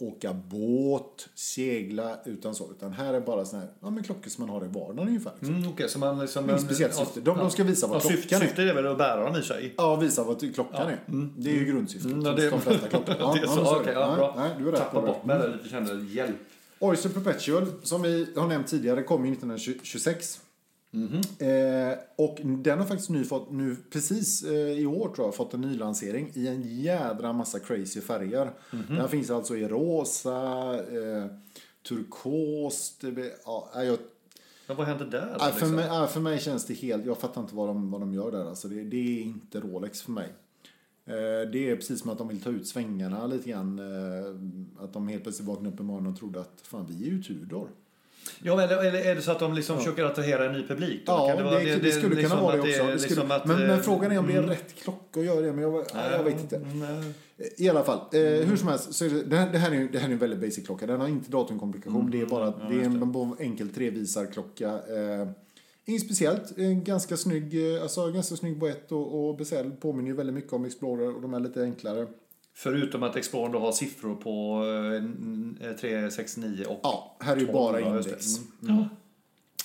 åka båt, segla, utan så. Utan här är bara såna här, ja men klockor som man har i vardagen ungefär. Liksom.
Mm, okej, så man liksom...
Inget speciellt
ja,
syfte. De-
ja.
de ska visa vad
ja, syft-
klockan är.
Syftet är väl att bära dem i sig?
Ja, visa vad ty- klockan är. Det är ju grundsyftet.
Mm,
Mm,
ja,
det...
det-
De flesta klockor. Ja,
det är
ja,
så,
men
okej,
är det.
ja,
Nej,
bra.
Nej, du är rätt på
Tappa
det.
bort mig där lite, kände hjälp.
Oyster Perpetual, som vi har nämnt tidigare, kom ju 1926. Eh, och den har faktiskt nu fått, nu precis eh, i år tror jag, fått en nylansering i en jädra massa crazy färger. Den finns alltså i rosa, eh, turkost, eh, ja, nej, jag,
Men vad hände där?
nej, för,
liksom?
mig, nej, för mig känns det helt, jag fattar inte vad de, vad de gör där alltså. Det, det är inte Rolex för mig. Eh, Det är precis som att de vill ta ut svängarna lite grann. eh, Att de helt plötsligt vaknade upp i morgonen och trodde att fan, vi är ju Tudor.
Ja, men eller, eller är det så att de liksom försöker attrahera en ny publik? då?
Ja,
Kan
det,
vara-
det, skulle
liksom
kunna vara det
att
också. Det
liksom
skulle,
att,
men,
eh,
men frågan är om det är rätt klocka att göra det. Men jag, nej, jag vet inte.
mm,
I alla fall, eh, hur som helst. Så är det, det, här, det, här är, ju- det här är en väldigt basic klocka. Den har inte datumkomplikation. Det är
Mm,
bara det är en bo- enkel trevisarklocka. Eh, inget speciellt. Eh, ganska snygg, eh, alltså, ganska snygg boett och, och bezel. Påminner ju väldigt mycket om Explorer och de är lite enklare.
Förutom att Explorer då har siffror på eh, 3, 6, 9 och...
Ja, här är ju
12,
bara
ja, just
index.
det. Mm. Ja.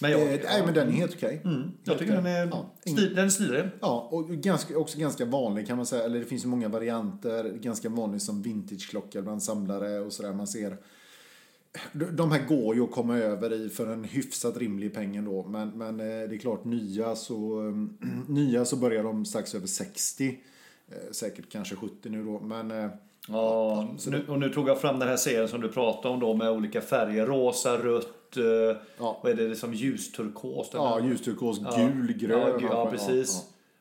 Men jag,
Eh, nej, men den är helt okej.
mm, jag tycker den är,
Ja, ingen-
stil, den är stilren.
Ja, och ganska, också ganska vanlig kan man säga. Eller det finns ju många varianter. Ganska vanlig som vintageklocka bland samlare och sådär. Man ser. De här går ju att komma över i för en hyfsat rimlig peng ändå. Men, men eh, det är klart, nya så, nya så börjar de strax över 60. eh, Säkert kanske 70 nu då. Men eh,
Ja, nu, och nu tog jag fram den här serien som du pratade om då med olika färger. Rosa, rött, eh,
Ja.
vad är det, liksom? det är som ljusturkos? den
ja,
här-
ljusturkos,
Ja.
gul, grön.
Ja, gul, ja
ja,
precis.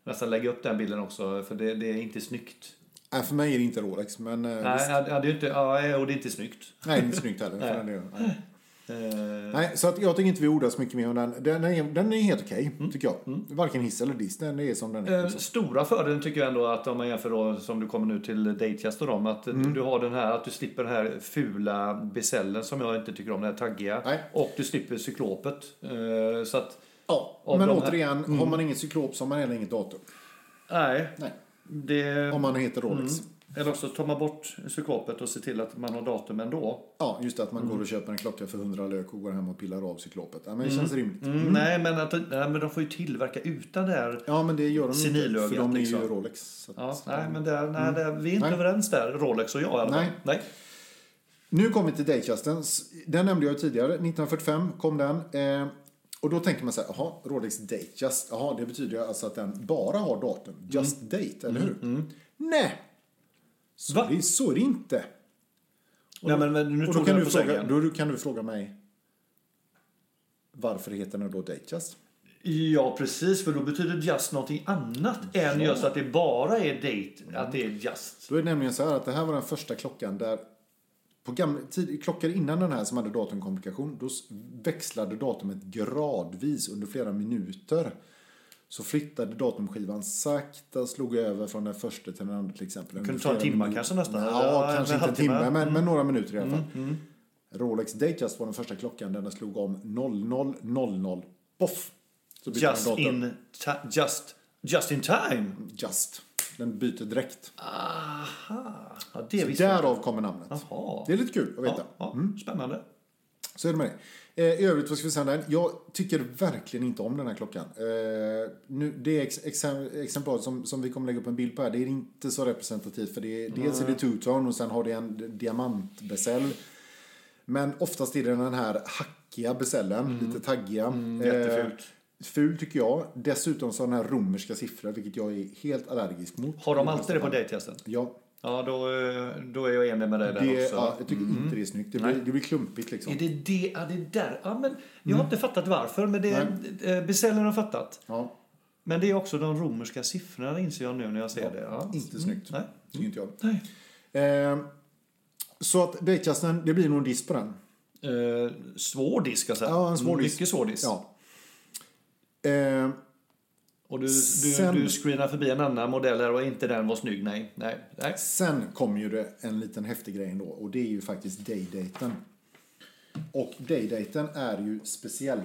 ja.
Nästan lägga upp den bilden också, för det, det är inte snyggt.
Nej, Äh, för mig är det inte Rolex. Men eh,
Nej,
visst.
ja, det är ju inte, ja, eh, och det är inte snyggt.
nej, det är inte snyggt heller. för
Nej.
den delen. Nej.
Eh,
Nej, så att jag tänker inte vi ordar så mycket mer om den. Den är, den är helt okej,
Mm.
tycker jag. Varken hiss eller diss, den är som den är.
eh, stora fördelen tycker jag ändå att om man jämför då, som du kommer nu till Datejust och dem, att
Mm.
du har den här, att du slipper den här fula besällen som jag inte tycker om, den här taggiga.
Nej.
Och du slipper cyklopet. Eh, så att,
Ja,
av
men
de här- Mm.
återigen, har man inget cyklop så har man heller inget datum.
nej.
Nej,
Det,
om man heter Rolex.
Eller också tar man bort cyklopet och ser till att man har datum ändå.
Ja, just det, att man går och köper en klocka för 100 lök och går hem och pillar av cyklopet. Ja, men det känns rimligt.
Mm. Mm, Nej, men att, nej, men de får ju tillverka utan det här.
Ja, men det gör de inte,
Senilögat,
för de är ju
liksom.
Rolex. Så att,
Ja, nej, men där, nej, där, vi är inte
Mm. Nej.
överens där, Rolex och jag i alla fall.
Nej. Nu kommer vi till Datejustern. Den nämnde jag tidigare. 1945 kom den. Eh, och då tänker man så här, jaha, Rolex Datejust. Jaha, det betyder ju alltså att den bara har datum.
Mm.
Just date, eller hur? Nej! Så,
Va?
Det, så är det inte.
Nej, men, men nu
och
tog
då kan,
jag den
du
på
fråga,
sängen.
då kan du fråga mig, varför heter den då Datejust?
Ja, precis, för då betyder just någonting annat än just att det bara är
Mm.
date, att det är just.
Då är det nämligen så här att det här var den första klockan där på gamla, tid, klockor innan den här som hade datumkomplikation, då s- växlade datumet gradvis under flera minuter. Så flyttade datumskivan sakta, slog över från den första till den andra till exempel. under
kunde ta en
flera
timme
minuter.
kanske nästan,
Ja,
eller
kanske
en
inte en timme,
halvtimme. Mm.
men, men några minuter i alla fall. Rolex Datejust var den första klockan där den slog om 00.00, poff! Så bytte den
Just
datum.
in, ta, just, just in time.
Just. Den byter direkt.
Aha. Ja, det visste jag.
Därav kommer namnet.
Jaha.
Det är lite kul att veta. Mm.
Ja, ja, Spännande.
Så är det med det. Eh, I övrigt, vad ska vi säga om den? Jag tycker verkligen inte om den här klockan. Eh, nu, det ex exem- exemplaret som, som vi kommer lägga upp en bild på här, det är inte så representativt. För det är, dels är det two-tone och sen har det en diamantbesäll. Men oftast är det den här hackiga besällen, lite taggiga.
Mm.
Eh,
jättefult.
ful tycker jag. Dessutom så har den här romerska siffror, vilket jag är helt allergisk mot.
Har de alltid det på dejtgästen?
Ja.
Ja, då, eh, då är jag enig med dig där
Det,
också. Mm.
ja, jag tycker inte det är snyggt. Det blir, det blir klumpigt liksom.
Är det det? Ja, det är där. Ja, men jag
Mm.
har inte fattat varför, men det eh, beställaren har fattat.
Ja,
Men det är också de romerska siffrorna inser jag nu när jag ser det. Ja. Mm.
inte snyggt.
Nej.
Tycker inte jag.
Nej.
Eh, så att Bakecasten, det blir nog en diss på den.
Eh, svår disk alltså.
Ja, en svår disk.
Mycket svår disk.
Ja. Eh,
Och du, du,
Sen-
du screenar förbi en annan modell här och inte den var snygg. Nej, nej, nej.
sen kommer ju det en liten häftig grej ändå och det är ju faktiskt daydaten. Och daydaten är ju speciell.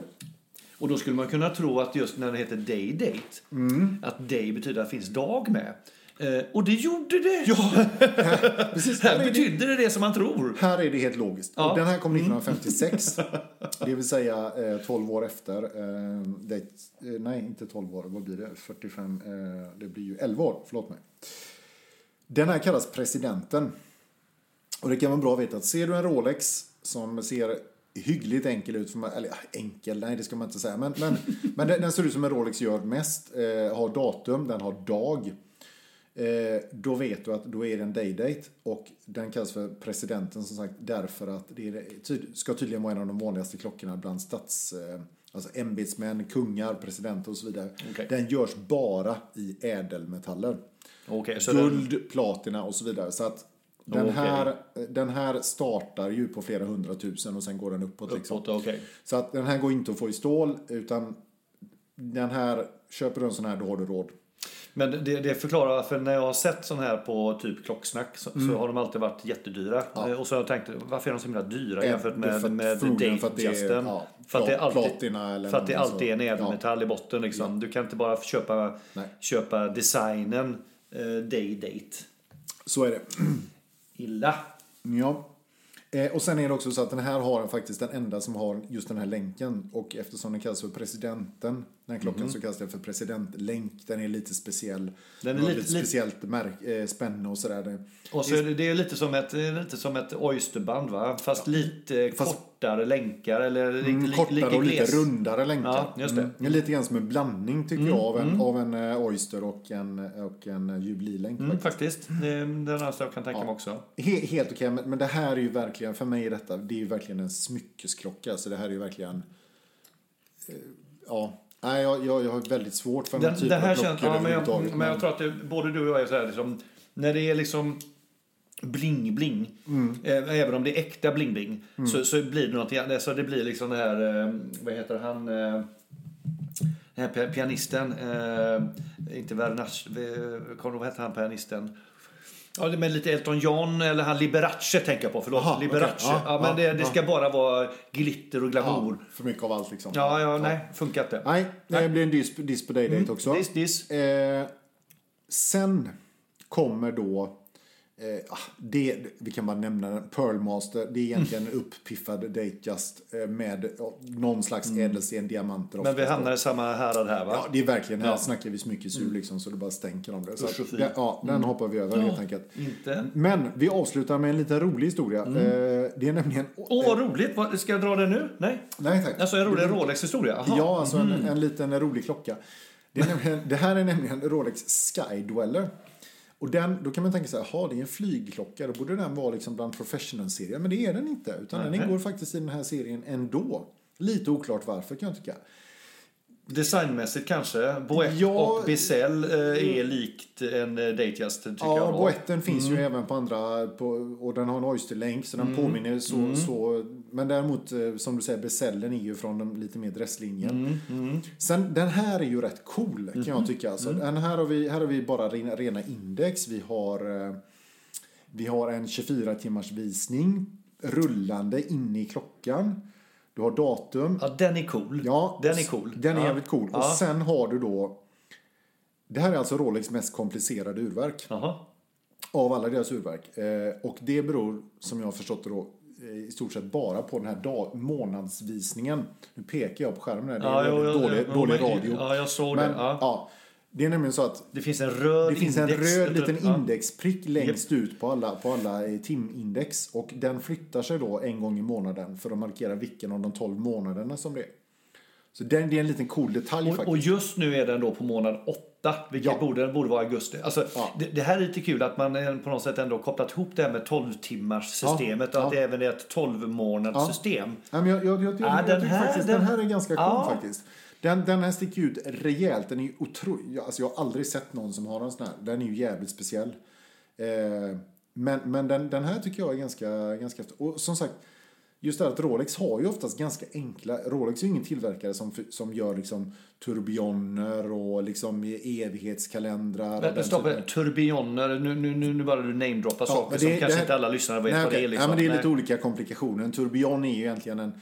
Och då skulle man kunna tro att just när det heter day date,
Mm.
att day betyder att det finns dag med. Eh, och det gjorde det! Ja,
Precis, här,
här
är det,
betydde det det som man tror.
här är det helt logiskt.
Ja.
Och den här kom 1956, det vill säga eh, 12 år efter. Eh, date, eh, nej, inte 12 år, vad blir det? 45, eh, det blir ju 11 år, förlåt mig. Den här kallas presidenten. Och det kan vara bra att veta att ser du en Rolex som ser hyggligt enkel ut, för man, eller ja, enkel, nej det ska man inte säga, men, men, men den, den ser ut som en Rolex gör mest, eh, har datum, den har dag. Eh, då vet du att då är det en daydate och den kallas för presidenten som sagt därför att det är, tyd, ska tydligen vara en av de vanligaste klockorna bland stats, eh, alltså ämbetsmän, kungar, presidenter och så vidare.
Okej.
Den görs bara i ädelmetaller
Okej, så den,
guld, platina och så vidare. Så att den,
Okej.
här, den här startar ju på flera hundratusen och sen går den uppåt. Liksom.
uppåt, okej.
Så att den här går inte att få i stål utan den här, köper du en sån här då har du råd.
Men det, det förklarar, för när jag har sett sån här på typ klocksnack så,
Mm.
så har de alltid varit jättedyra. Eh, Och så har jag tänkt, varför är de så himla dyra
Eh,
jämfört
det är
med,
för att-
med
förmodligen för att det är,
datejasten?
ja,
för att det
plat-
alltid,
platina eller
för att det
någonting
alltid är en
så. Ja.
ädelmetall i botten liksom. Du kan inte bara köpa,
Nej.
köpa designen eh, day date.
Så är det.
Illa.
Ja. Eh, Och sen är det också så att den här har faktiskt den enda som har just den här länken. Och eftersom den kallas för presidenten, den här klockan, så kallas den för presidentlänk. Den är lite speciell.
Mhm. Den är
har
lite-
lite
lite-
speciellt märk, eh, spänne och sådär. Det-
Och så är det, det är lite som ett, det är lite som ett oysterband va? Fast lite
Fast-
kortare länkar eller lite,
Mm,
lite,
kortare och lite
gles.
rundare länkar.
Ja, just det. Mm,
Mm. Det är Lite grann som en blandning tycker jag av en, av en eh, Oyster och en, och en eh, Jubilee-länk.
Mm, faktiskt. Det är den närmaste jag kan tänka mig också.
He, helt okej, men, men det här är ju verkligen, för mig är detta, det är ju verkligen en smyckesklocka. Så det här är ju verkligen, eh, ja. Nej, jag, jag, jag har väldigt svårt för
Den,
den, här typen
det här
typ av
känns,
klockor
ja, men, jag,
överhuvudtaget.
men jag tror att det, både du och jag är så här, liksom, när det är liksom bling-bling,
Mm.
eh, även om det är äkta bling-bling, så, så blir det någonting annat. Så det blir liksom det här, eh, vad heter han, eh, den här pia- pianisten, eh, inte Vernas, vad hette han pianisten? Ja, det- men lite Elton John eller han Liberace tänker jag på, förlåt.
Aha, okej.
Liberace.
Ja,
Ja, men
ja,
det, det ska bara vara glitter och glamour.
ja, för mycket av allt liksom.
Ja, ja, nej, funkar inte.
Nej, det blir en diss, diss på dig
Mm,
date också.
Diss, diss.
Eh, sen kommer då... Eh, ah, det, vi kan bara nämna den. Pearlmaster. Det är egentligen
Mm.
en upppiffad datejust eh, med ja, någon slags ädelsten, diamanter.
Mm. Men vi
oftast.
hamnar i samma härad här va?
Ja, det är verkligen, här snackar vi smyckesur liksom så det bara stänker om det. Så
Mm. Usch Mm. och
att,
fy.
den, ja, den hoppar vi över helt enkelt.
Inte?
Men vi avslutar med en liten rolig historia. Eh, det är nämligen...
Mm. Åh, vad roligt! Vad- Ska jag dra det nu? Nej?
Nej tack.
Alltså en rolig Rolex-historia? Aha.
Mm. Ja, alltså en, en liten rolig klocka. Det, är nämligen, det här är nämligen Rolex Sky Dweller. Och den, då kan man tänka så här, "Jaha, det är en flygklocka, då borde den vara liksom bland professional-serien. Men det är den inte, utan den ingår faktiskt i den här serien ändå. Lite oklart varför kan jag tycka.
Designmässigt kanske. Boett
Ja. Mm.
och Bissell eh, är likt en eh, Datejust, tycker
Ja,
jag. då. Mm.
boetten finns ju även på andra, på, och den har en oysterlänk så den påminner så,
Mm.
så. Men däremot, eh, som du säger, besällen är ju från den lite mer dresslinjen.
Mm,
Sen, den här är ju rätt cool kan
Mm-hmm.
jag tycka. Alltså, den här, har vi, här har vi bara rena, rena index. Vi har, eh, vi har en 24 timmars visning rullande inne i klockan. Du har datum.
Ja, den är cool.
Ja,
den
och
är
s-
cool.
Den är
ja.
jävligt cool. Och
Ja.
sen har du då... Det här är alltså Rolex mest komplicerade urverk
Jaha.
av alla deras urverk. Eh, och det beror, som jag har förstått det då, eh, i stort sett bara på den här dag- månadsvisningen. Nu pekar jag på skärmen här, det är
Ja,
väldigt
jo, jo,
dålig,
jo,
dålig
men-
radio.
Ja, jag såg
men,
det. Ja.
ja, det är nämligen så att
Det finns en röd
det finns en
index,
röd
vet du?
liten
Ja.
indexprick längst ut på alla, på alla eh, timindex. Och den flyttar sig då en gång i månaden för att markera vilken av de 12 månaderna som det är. Så den, det är en liten cool detalj
Och,
faktiskt.
och just nu är den då på månad 8, vilket
Ja.
borde, borde vara augusti. Alltså,
Ja.
det, det här är lite kul att man eh, på något sätt ändå kopplat ihop det här med 12-timmarssystemet och att det även är ett 12-månadssystem.
Ja, men jag, jag, jag, jag,
Ah,
jag
den
tycker
här-
faktiskt
den-
den här är ganska cool
Ja.
faktiskt. Den, den här sticker ju ut rejält. Den är ju otrolig. Jag, alltså, jag har aldrig sett någon som har en sån här. Den är ju jävligt speciell. Eh, men men den, den här tycker jag är ganska, ganska... Och som sagt, just det här att Rolex har ju oftast ganska enkla... Rolex är ju ingen tillverkare som, som gör liksom turbioner och liksom evighetskalendrar. och
Men,
den
Stoppa,
typen.
turbioner, nu, nu, nu, nu bara du namedroppar
Ja,
saker
men
som
det-
kanske
det här-
inte alla lyssnare vet
Nej,
vad det
okej.
är. Liksom.
ja, men det är
Nej.
lite olika komplikationer. En turbion är ju egentligen en,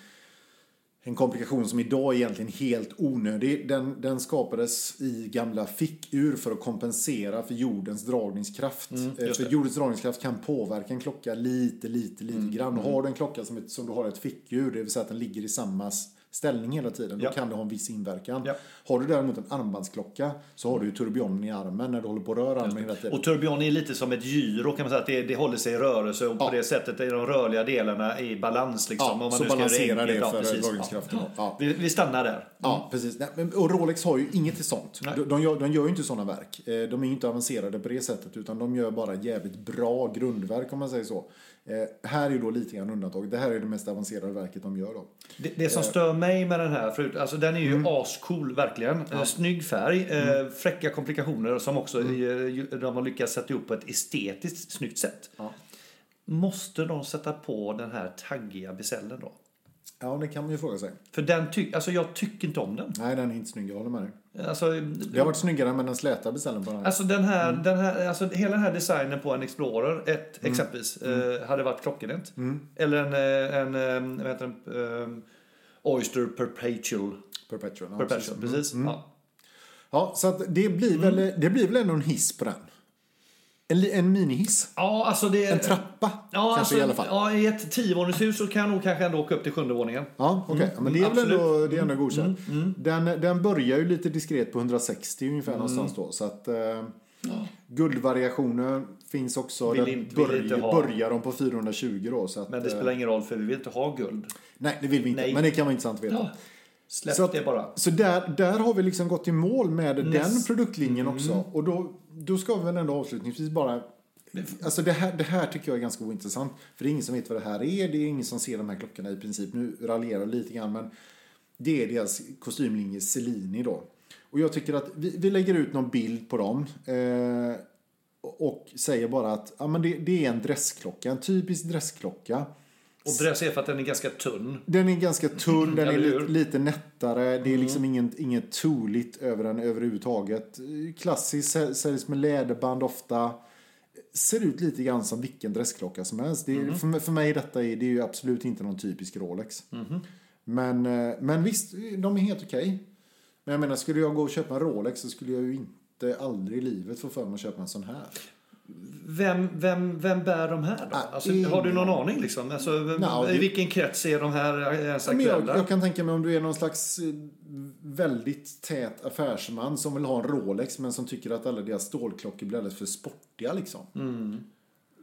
en komplikation som idag är egentligen helt onödig. Den, den skapades i gamla fickur för att kompensera för jordens dragningskraft. Eh,
Mm, just
för
det. Mm,
jordens dragningskraft kan påverka en klocka lite, lite, lite grann. Har du en klocka som, ett, som du har ett fickur, det vill säga att den ligger i samma s- ställning hela tiden,
Ja.
då kan det ha en viss inverkan.
Ja.
Har du däremot en armbandsklocka så har du ju turbionen i armen när du håller på och rör armen hela tiden.
Och turbion är lite som ett gyro kan man säga, att det, det håller sig i rörelse och
Ja.
på det sättet är de rörliga delarna i balans. Liksom,
Ja,
om man
så
nu ska göra
balanserar det
enkelt.
för
precis.
dragningskraften då. Ja.
Vi, vi stannar där.
Ja, precis. Nej, men- Och Rolex har ju inget till sånt.
Nej.
De, de, gör, de gör ju inte sådana verk. Eh, De är ju inte avancerade på det sättet utan de gör bara jävligt bra grundverk om man säger så. Eh, Här är ju då lite grann undantag. Det här är det mest avancerade verket de gör då.
Det, det
Eh.
som stör mig med den här, förut, alltså den är ju
Mm.
ascool verkligen. Eh, Snygg färg, eh, fräcka komplikationer som också
Mm.
eh, ju- de har lyckats sätta ihop på ett estetiskt snyggt sätt.
Ja.
Måste de sätta på den här taggiga besällen då?
Ja, det kan man ju fråga sig.
För den ty- alltså jag tycker inte om den.
Nej, den är inte snygg. Jag håller med dig.
Alltså,
Det har varit snyggare med den släta beställningen på den här.
alltså, den här,
Mm.
den här, alltså hela den här designen på en Explorer ett, exempelvis
Mm.
Eh, hade varit klockrent. Eller en, eh, en, eh, vad heter den, eh, Oyster Perpetual.
Perpetual. Ja, precis. Mm.
Perpetual, Mm. precis. Ja.
Ja, så att det, blir väl, det blir väl ändå en hiss på den. En, li- en minihiss.
Ja, alltså det...
En trappa
ja,
kanske
alltså,
i alla fall. Ja,
Ja, i ett tiovåningshus så kan jag nog kanske ändå åka upp till sjunde våningen.
okej. Ja, men det är väl
absolut. Mm,
ändå, det är ändå godkänt. Den, den börjar ju lite diskret på 160 ungefär någonstans då. Så att, eh, Guldvariationer finns också.
Vill
Den
inte- vill
börj,
inte ha.
börjar de på 420 då. Så att,
Men det
eh,
spelar ingen roll för vi vill inte ha guld.
nej, det vill vi inte.
Nej.
Men det kan vara intressant att veta.
Ja. Släpp
Så att-
det bara.
Så där, där har vi liksom gått i mål med den
Näst-
produktlinjen också. Och då, då ska vi väl ändå avslutningsvis bara... Alltså det här, det här tycker jag är ganska ointressant. För det är ingen som vet vad det här är. Det är ingen som ser de här klockorna i princip. Nu raljerar jag lite grann men det är deras kostymlinje Celini då. Och jag tycker att vi, vi lägger ut någon bild på dem. Eh, och säger bara att ja, men det, det är en dressklocka. En typisk dressklocka.
Och dress är för att den är ganska tunn.
Den är ganska tunn, den är
eller
lite,
hur?
lite nättare. Det är liksom inget, inget toligt över den överhuvudtaget. Eh, Klassisk, sä- säljs med läderband ofta. Ser ut lite grann som vilken dressklocka som helst. Det är, för, mig- för mig detta är det är ju absolut inte någon typisk Rolex. Men, eh, men visst, de är helt okej. Men jag menar, skulle jag gå och köpa en Rolex så skulle jag ju inte aldrig i livet få för mig att köpa en sån här.
Vem, vem, vem bär de här då?
Ah,
Alltså,
ingen
har du någon aning liksom? Alltså, vem,
Nå,
I
det-
vilken krets är de här eh, ens
Men jag,
aktuella?
jag kan tänka mig om du är någon slags eh, väldigt tät affärsman som vill ha en Rolex men som tycker att alla deras stålklockor blir alldeles för sportiga liksom.
Mm.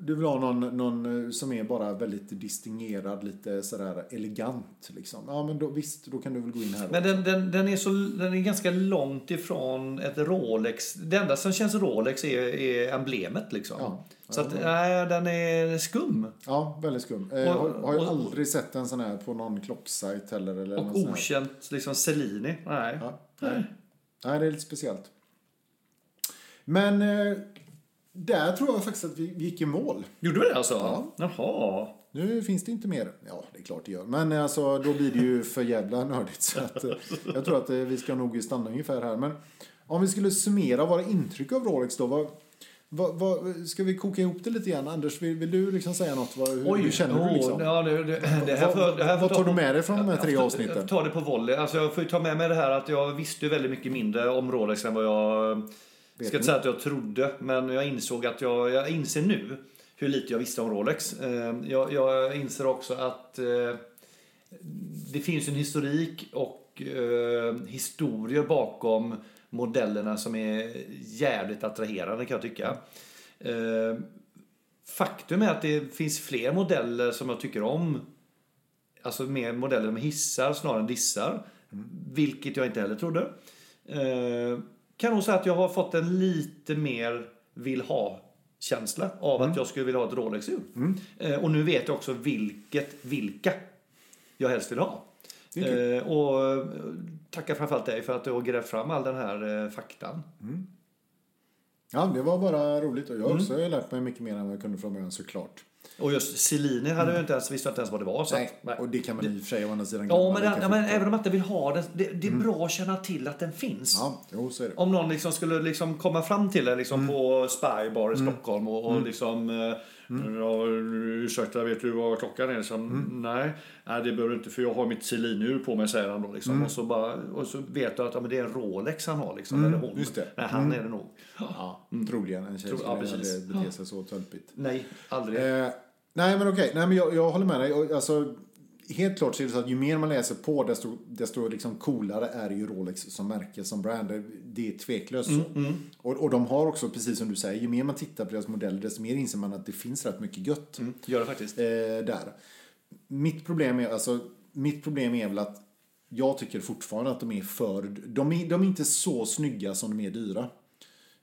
Du vill ha någon, någon eh, som är bara väldigt distingerad, lite sådär elegant liksom. Ja men då, visst, då kan du väl gå in här då.
Men den, den, den, är så, den är ganska långt ifrån ett Rolex. Det enda som känns Rolex är, är emblemet liksom.
Ja.
Så att, nej, den är skum.
Ja, väldigt skum. Eh,
Och-
har, har jag
och-
aldrig sett en sån här på någon klocksajt heller. Eller någon
Och
sån här.
okänt liksom Cellini. Nej.
Ja, nej. nej, det är lite speciellt. Men eh, där tror jag faktiskt att vi vi gick i mål.
Gjorde vi det alltså? Jaha.
Nu finns det inte mer. Ja, det är klart det gör. Men eh, alltså, då blir det ju för jävla nördigt. Så att, eh, jag tror att eh, vi ska nog stanna ungefär här. Men om vi skulle summera våra intryck av Rolex då. Vad, vad, vad, ska vi koka ihop det lite grann? Anders, vill, vill du liksom säga något? Vad, hur, hur känner
åh,
du liksom?
Ja, det, det, det här
Vad-
får, det här får
vad
ta
tar du
på-
med dig från de här tre
jag får-
avsnitten?
Jag tar det på volley. Alltså, jag får ju ta med mig det här att jag visste ju väldigt mycket mindre om Rolex än vad jag...
Vet
ska
ni?
inte säga att jag trodde, men jag insåg att jag... Jag inser nu hur lite jag visste om Rolex. Eh, Jag, jag inser också att eh, det finns en historik och eh, historier bakom modellerna som är jävligt attraherande kan jag tycka. Eh, Faktum är att det finns fler modeller som jag tycker om. Alltså mer modeller med hissar snarare än dissar.
Mm.
Vilket jag inte heller trodde. Eh, kan nog säga att jag har fått en lite mer vill ha-känsla av
Mm.
att jag skulle vilja ha ett Rolex-ur. Eh, och nu vet jag också vilket, vilka jag helst vill ha.
Det är kul.
Eh, och eh, tackar framförallt dig för att du har grävt fram all den här eh, faktan.
Ja, det var bara roligt. Och jag
Mm.
har också lärt mig mycket mer än vad jag kunde från början såklart.
Och just Celine hade jag inte ens, visste jag inte ens vad det var. Så
Mm. Nej.
att- nej.
Och det kan man i och för sig å andra sidan
Ja,
glömma
men,
lika
ja, men
fort.
även om man inte vill ha den, det, det är bra att känna till att den finns.
Mm. Ja, jo, så är det.
Om någon liksom skulle liksom komma fram till dig liksom
Mm.
på Spy Bar i Stockholm och, och liksom... Eh,
Mm.
ja, ursäkta, vet du vad klockan är? Liksom, nej, nej, det behöver du inte för jag har mitt Celine-ur på mig, säger han då. Liksom.
Mm.
Och, så bara, och så vet du att ja, men det är en Rolex han har, liksom, eller hon.
Mm, just det. Mm.
Nej, han är det nog.
Ja, troligen. En tjej
Tro-
skulle
ja, precis.
aldrig bete sig så tölpigt.
Nej, aldrig.
Eh, nej, men okej. Nej, men jag, jag håller med dig. Och, Alltså, helt klart så är det så att ju mer man läser på desto, desto liksom coolare är ju Rolex som märke, som brand. Det- Det är tveklöst så.
Mm,
Och, och de har också, precis som du säger, ju mer man tittar på deras modeller desto mer inser man att det finns rätt mycket gött
Mm, gör det faktiskt.
eh, där. Mitt problem, är, alltså, mitt problem är väl att jag tycker fortfarande att de är för... De är, de är inte så snygga som de är dyra.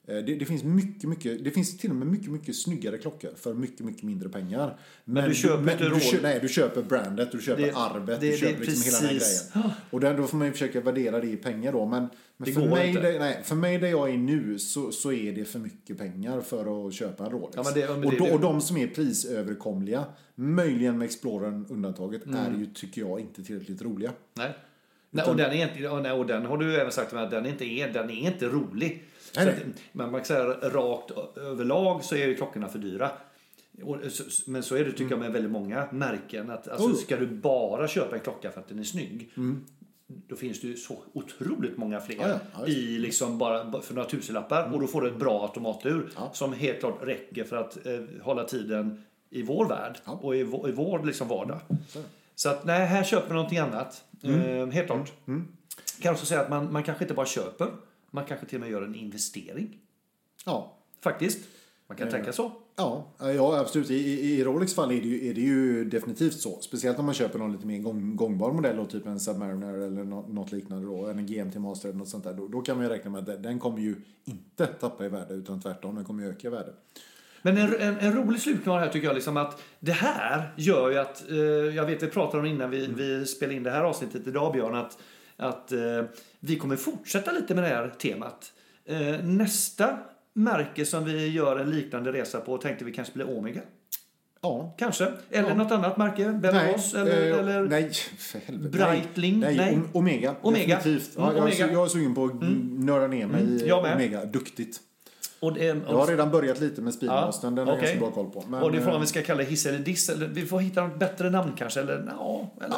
Eh, Det, det, finns mycket, mycket, det finns till och med mycket, mycket snyggare klockor för mycket, mycket mindre pengar. Men,
du köper inte
du,
Rolex.
kö- Nej, du köper brandet, du köper
Det-
arvet,
det-
du
det-
köper liksom hela den här
precis.
grejen. Och den, då får man ju försöka värdera det i pengar då. Men, men
Det
för,
går
mig,
inte.
Det, nej, för mig där jag är nu så, så är det för mycket pengar för att köpa en Rolex.
Ja, men det- men
och,
det-
då,
det-
och de som är prisöverkomliga, möjligen med Explorern undantaget,
Mm.
är ju, tycker jag, inte tillräckligt roliga.
Nej. Nej, och, den är inte, ja, nej, och den har du ju även sagt till mig att den inte är, den är inte rolig.
Nej,
så att,
nej.
men man kan säga rakt ö- överlag så är ju klockorna för dyra. Och, så- så- men så är det tycker jag med väldigt många märken. Att, alltså,
Mm. Oh. Mm.
Ska du bara köpa en klocka för att den är snygg. Då finns det ju så otroligt många fler
Ja, ja. Ja, visst.
i liksom bara för några tusenlappar. Och då får du ett bra automatur
Ja.
som helt klart räcker för att eh, hålla tiden i vår värld
Ja. Mm.
och i vår, i vår liksom vardag.
Så. Mm.
Så att nej, här köper man någonting annat. Eh, helt klart. Kan också säga att man, man kanske inte bara köper. Man kanske till och med gör en investering.
Ja.
Faktiskt. Man
Eh.
kan tänka så.
Ja, ja, absolut. I, i, i Rolex fall är det, ju, är det ju definitivt så. Speciellt om man köper någon lite mer gång, gångbar modell, då, typ en Submariner eller nå- något liknande. Då, en GMT Master eller något sånt där. Då, då kan man ju räkna med att den, den kommer ju inte tappa i värde, utan tvärtom, den kommer ju öka i värde.
Men en, en, en rolig slutnorm här tycker jag liksom att det här gör ju att, eh, jag vet vi pratade om innan
Mm.
vi, vi spelade in det här avsnittet idag Björn, att, att eh, vi kommer fortsätta lite med det här temat. Eh, nästa märke som vi gör en liknande resa på tänkte vi kanske bli Omega.
Ja.
Kanske. Eller
Ja.
något annat märke. Belarus eller,
eh,
eller
nej, för helvete.
Breitling,
Nej,
Mm, nej.
nej. Om- Omega.
Omega.
Definitivt. Ja,
Mm,
jag, är
Omega.
su- jag är sugen på att mm. nörda ner mig
Mm,
i
jag med.
Omega. Duktigt.
Och det, och,
Jag har redan börjat lite med Speedmastern,
Ja,
den har jag
okej.
ganska bra koll på. Men,
och det är frågan
eh,
om vi ska kalla det hiss eller diss. Eller, vi får hitta något bättre namn kanske. Eller ja. Eller,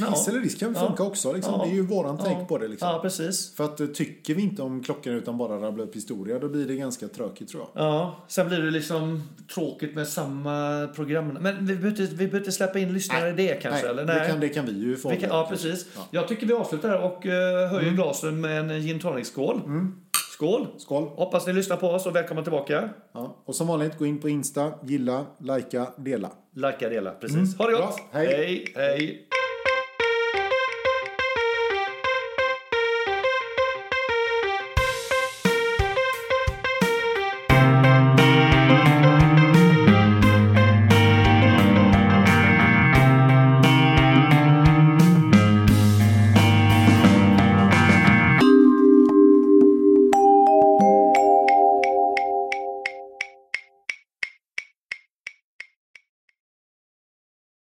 ja.
Hiss eller diss kan
Ja.
funka också. Liksom.
Ja.
Det är ju våran take på det. Liksom.
Ja, precis.
För att eh, tycker vi inte om klockan utan bara rabblar upp historia, då blir det ganska tråkigt tror jag.
Ja, sen blir det liksom tråkigt med samma program. Men vi behöver inte- vi behöver inte släppa in lyssnare i det kanske, eller?
Det, kan, det kan vi ju få.
Vi kan, ja, precis. Jag tycker vi avslutar här och eh, höjer
Mm.
glasen med en gin tonic-skål. Skål!
Skål!
Hoppas ni lyssnar på oss och välkomna tillbaka.
Ja. Och som vanligt, gå in på Insta, gilla, likea, dela.
Lajka, dela, precis. Ha det
Mm. Bra.
gott!
Hej.
hej! hej.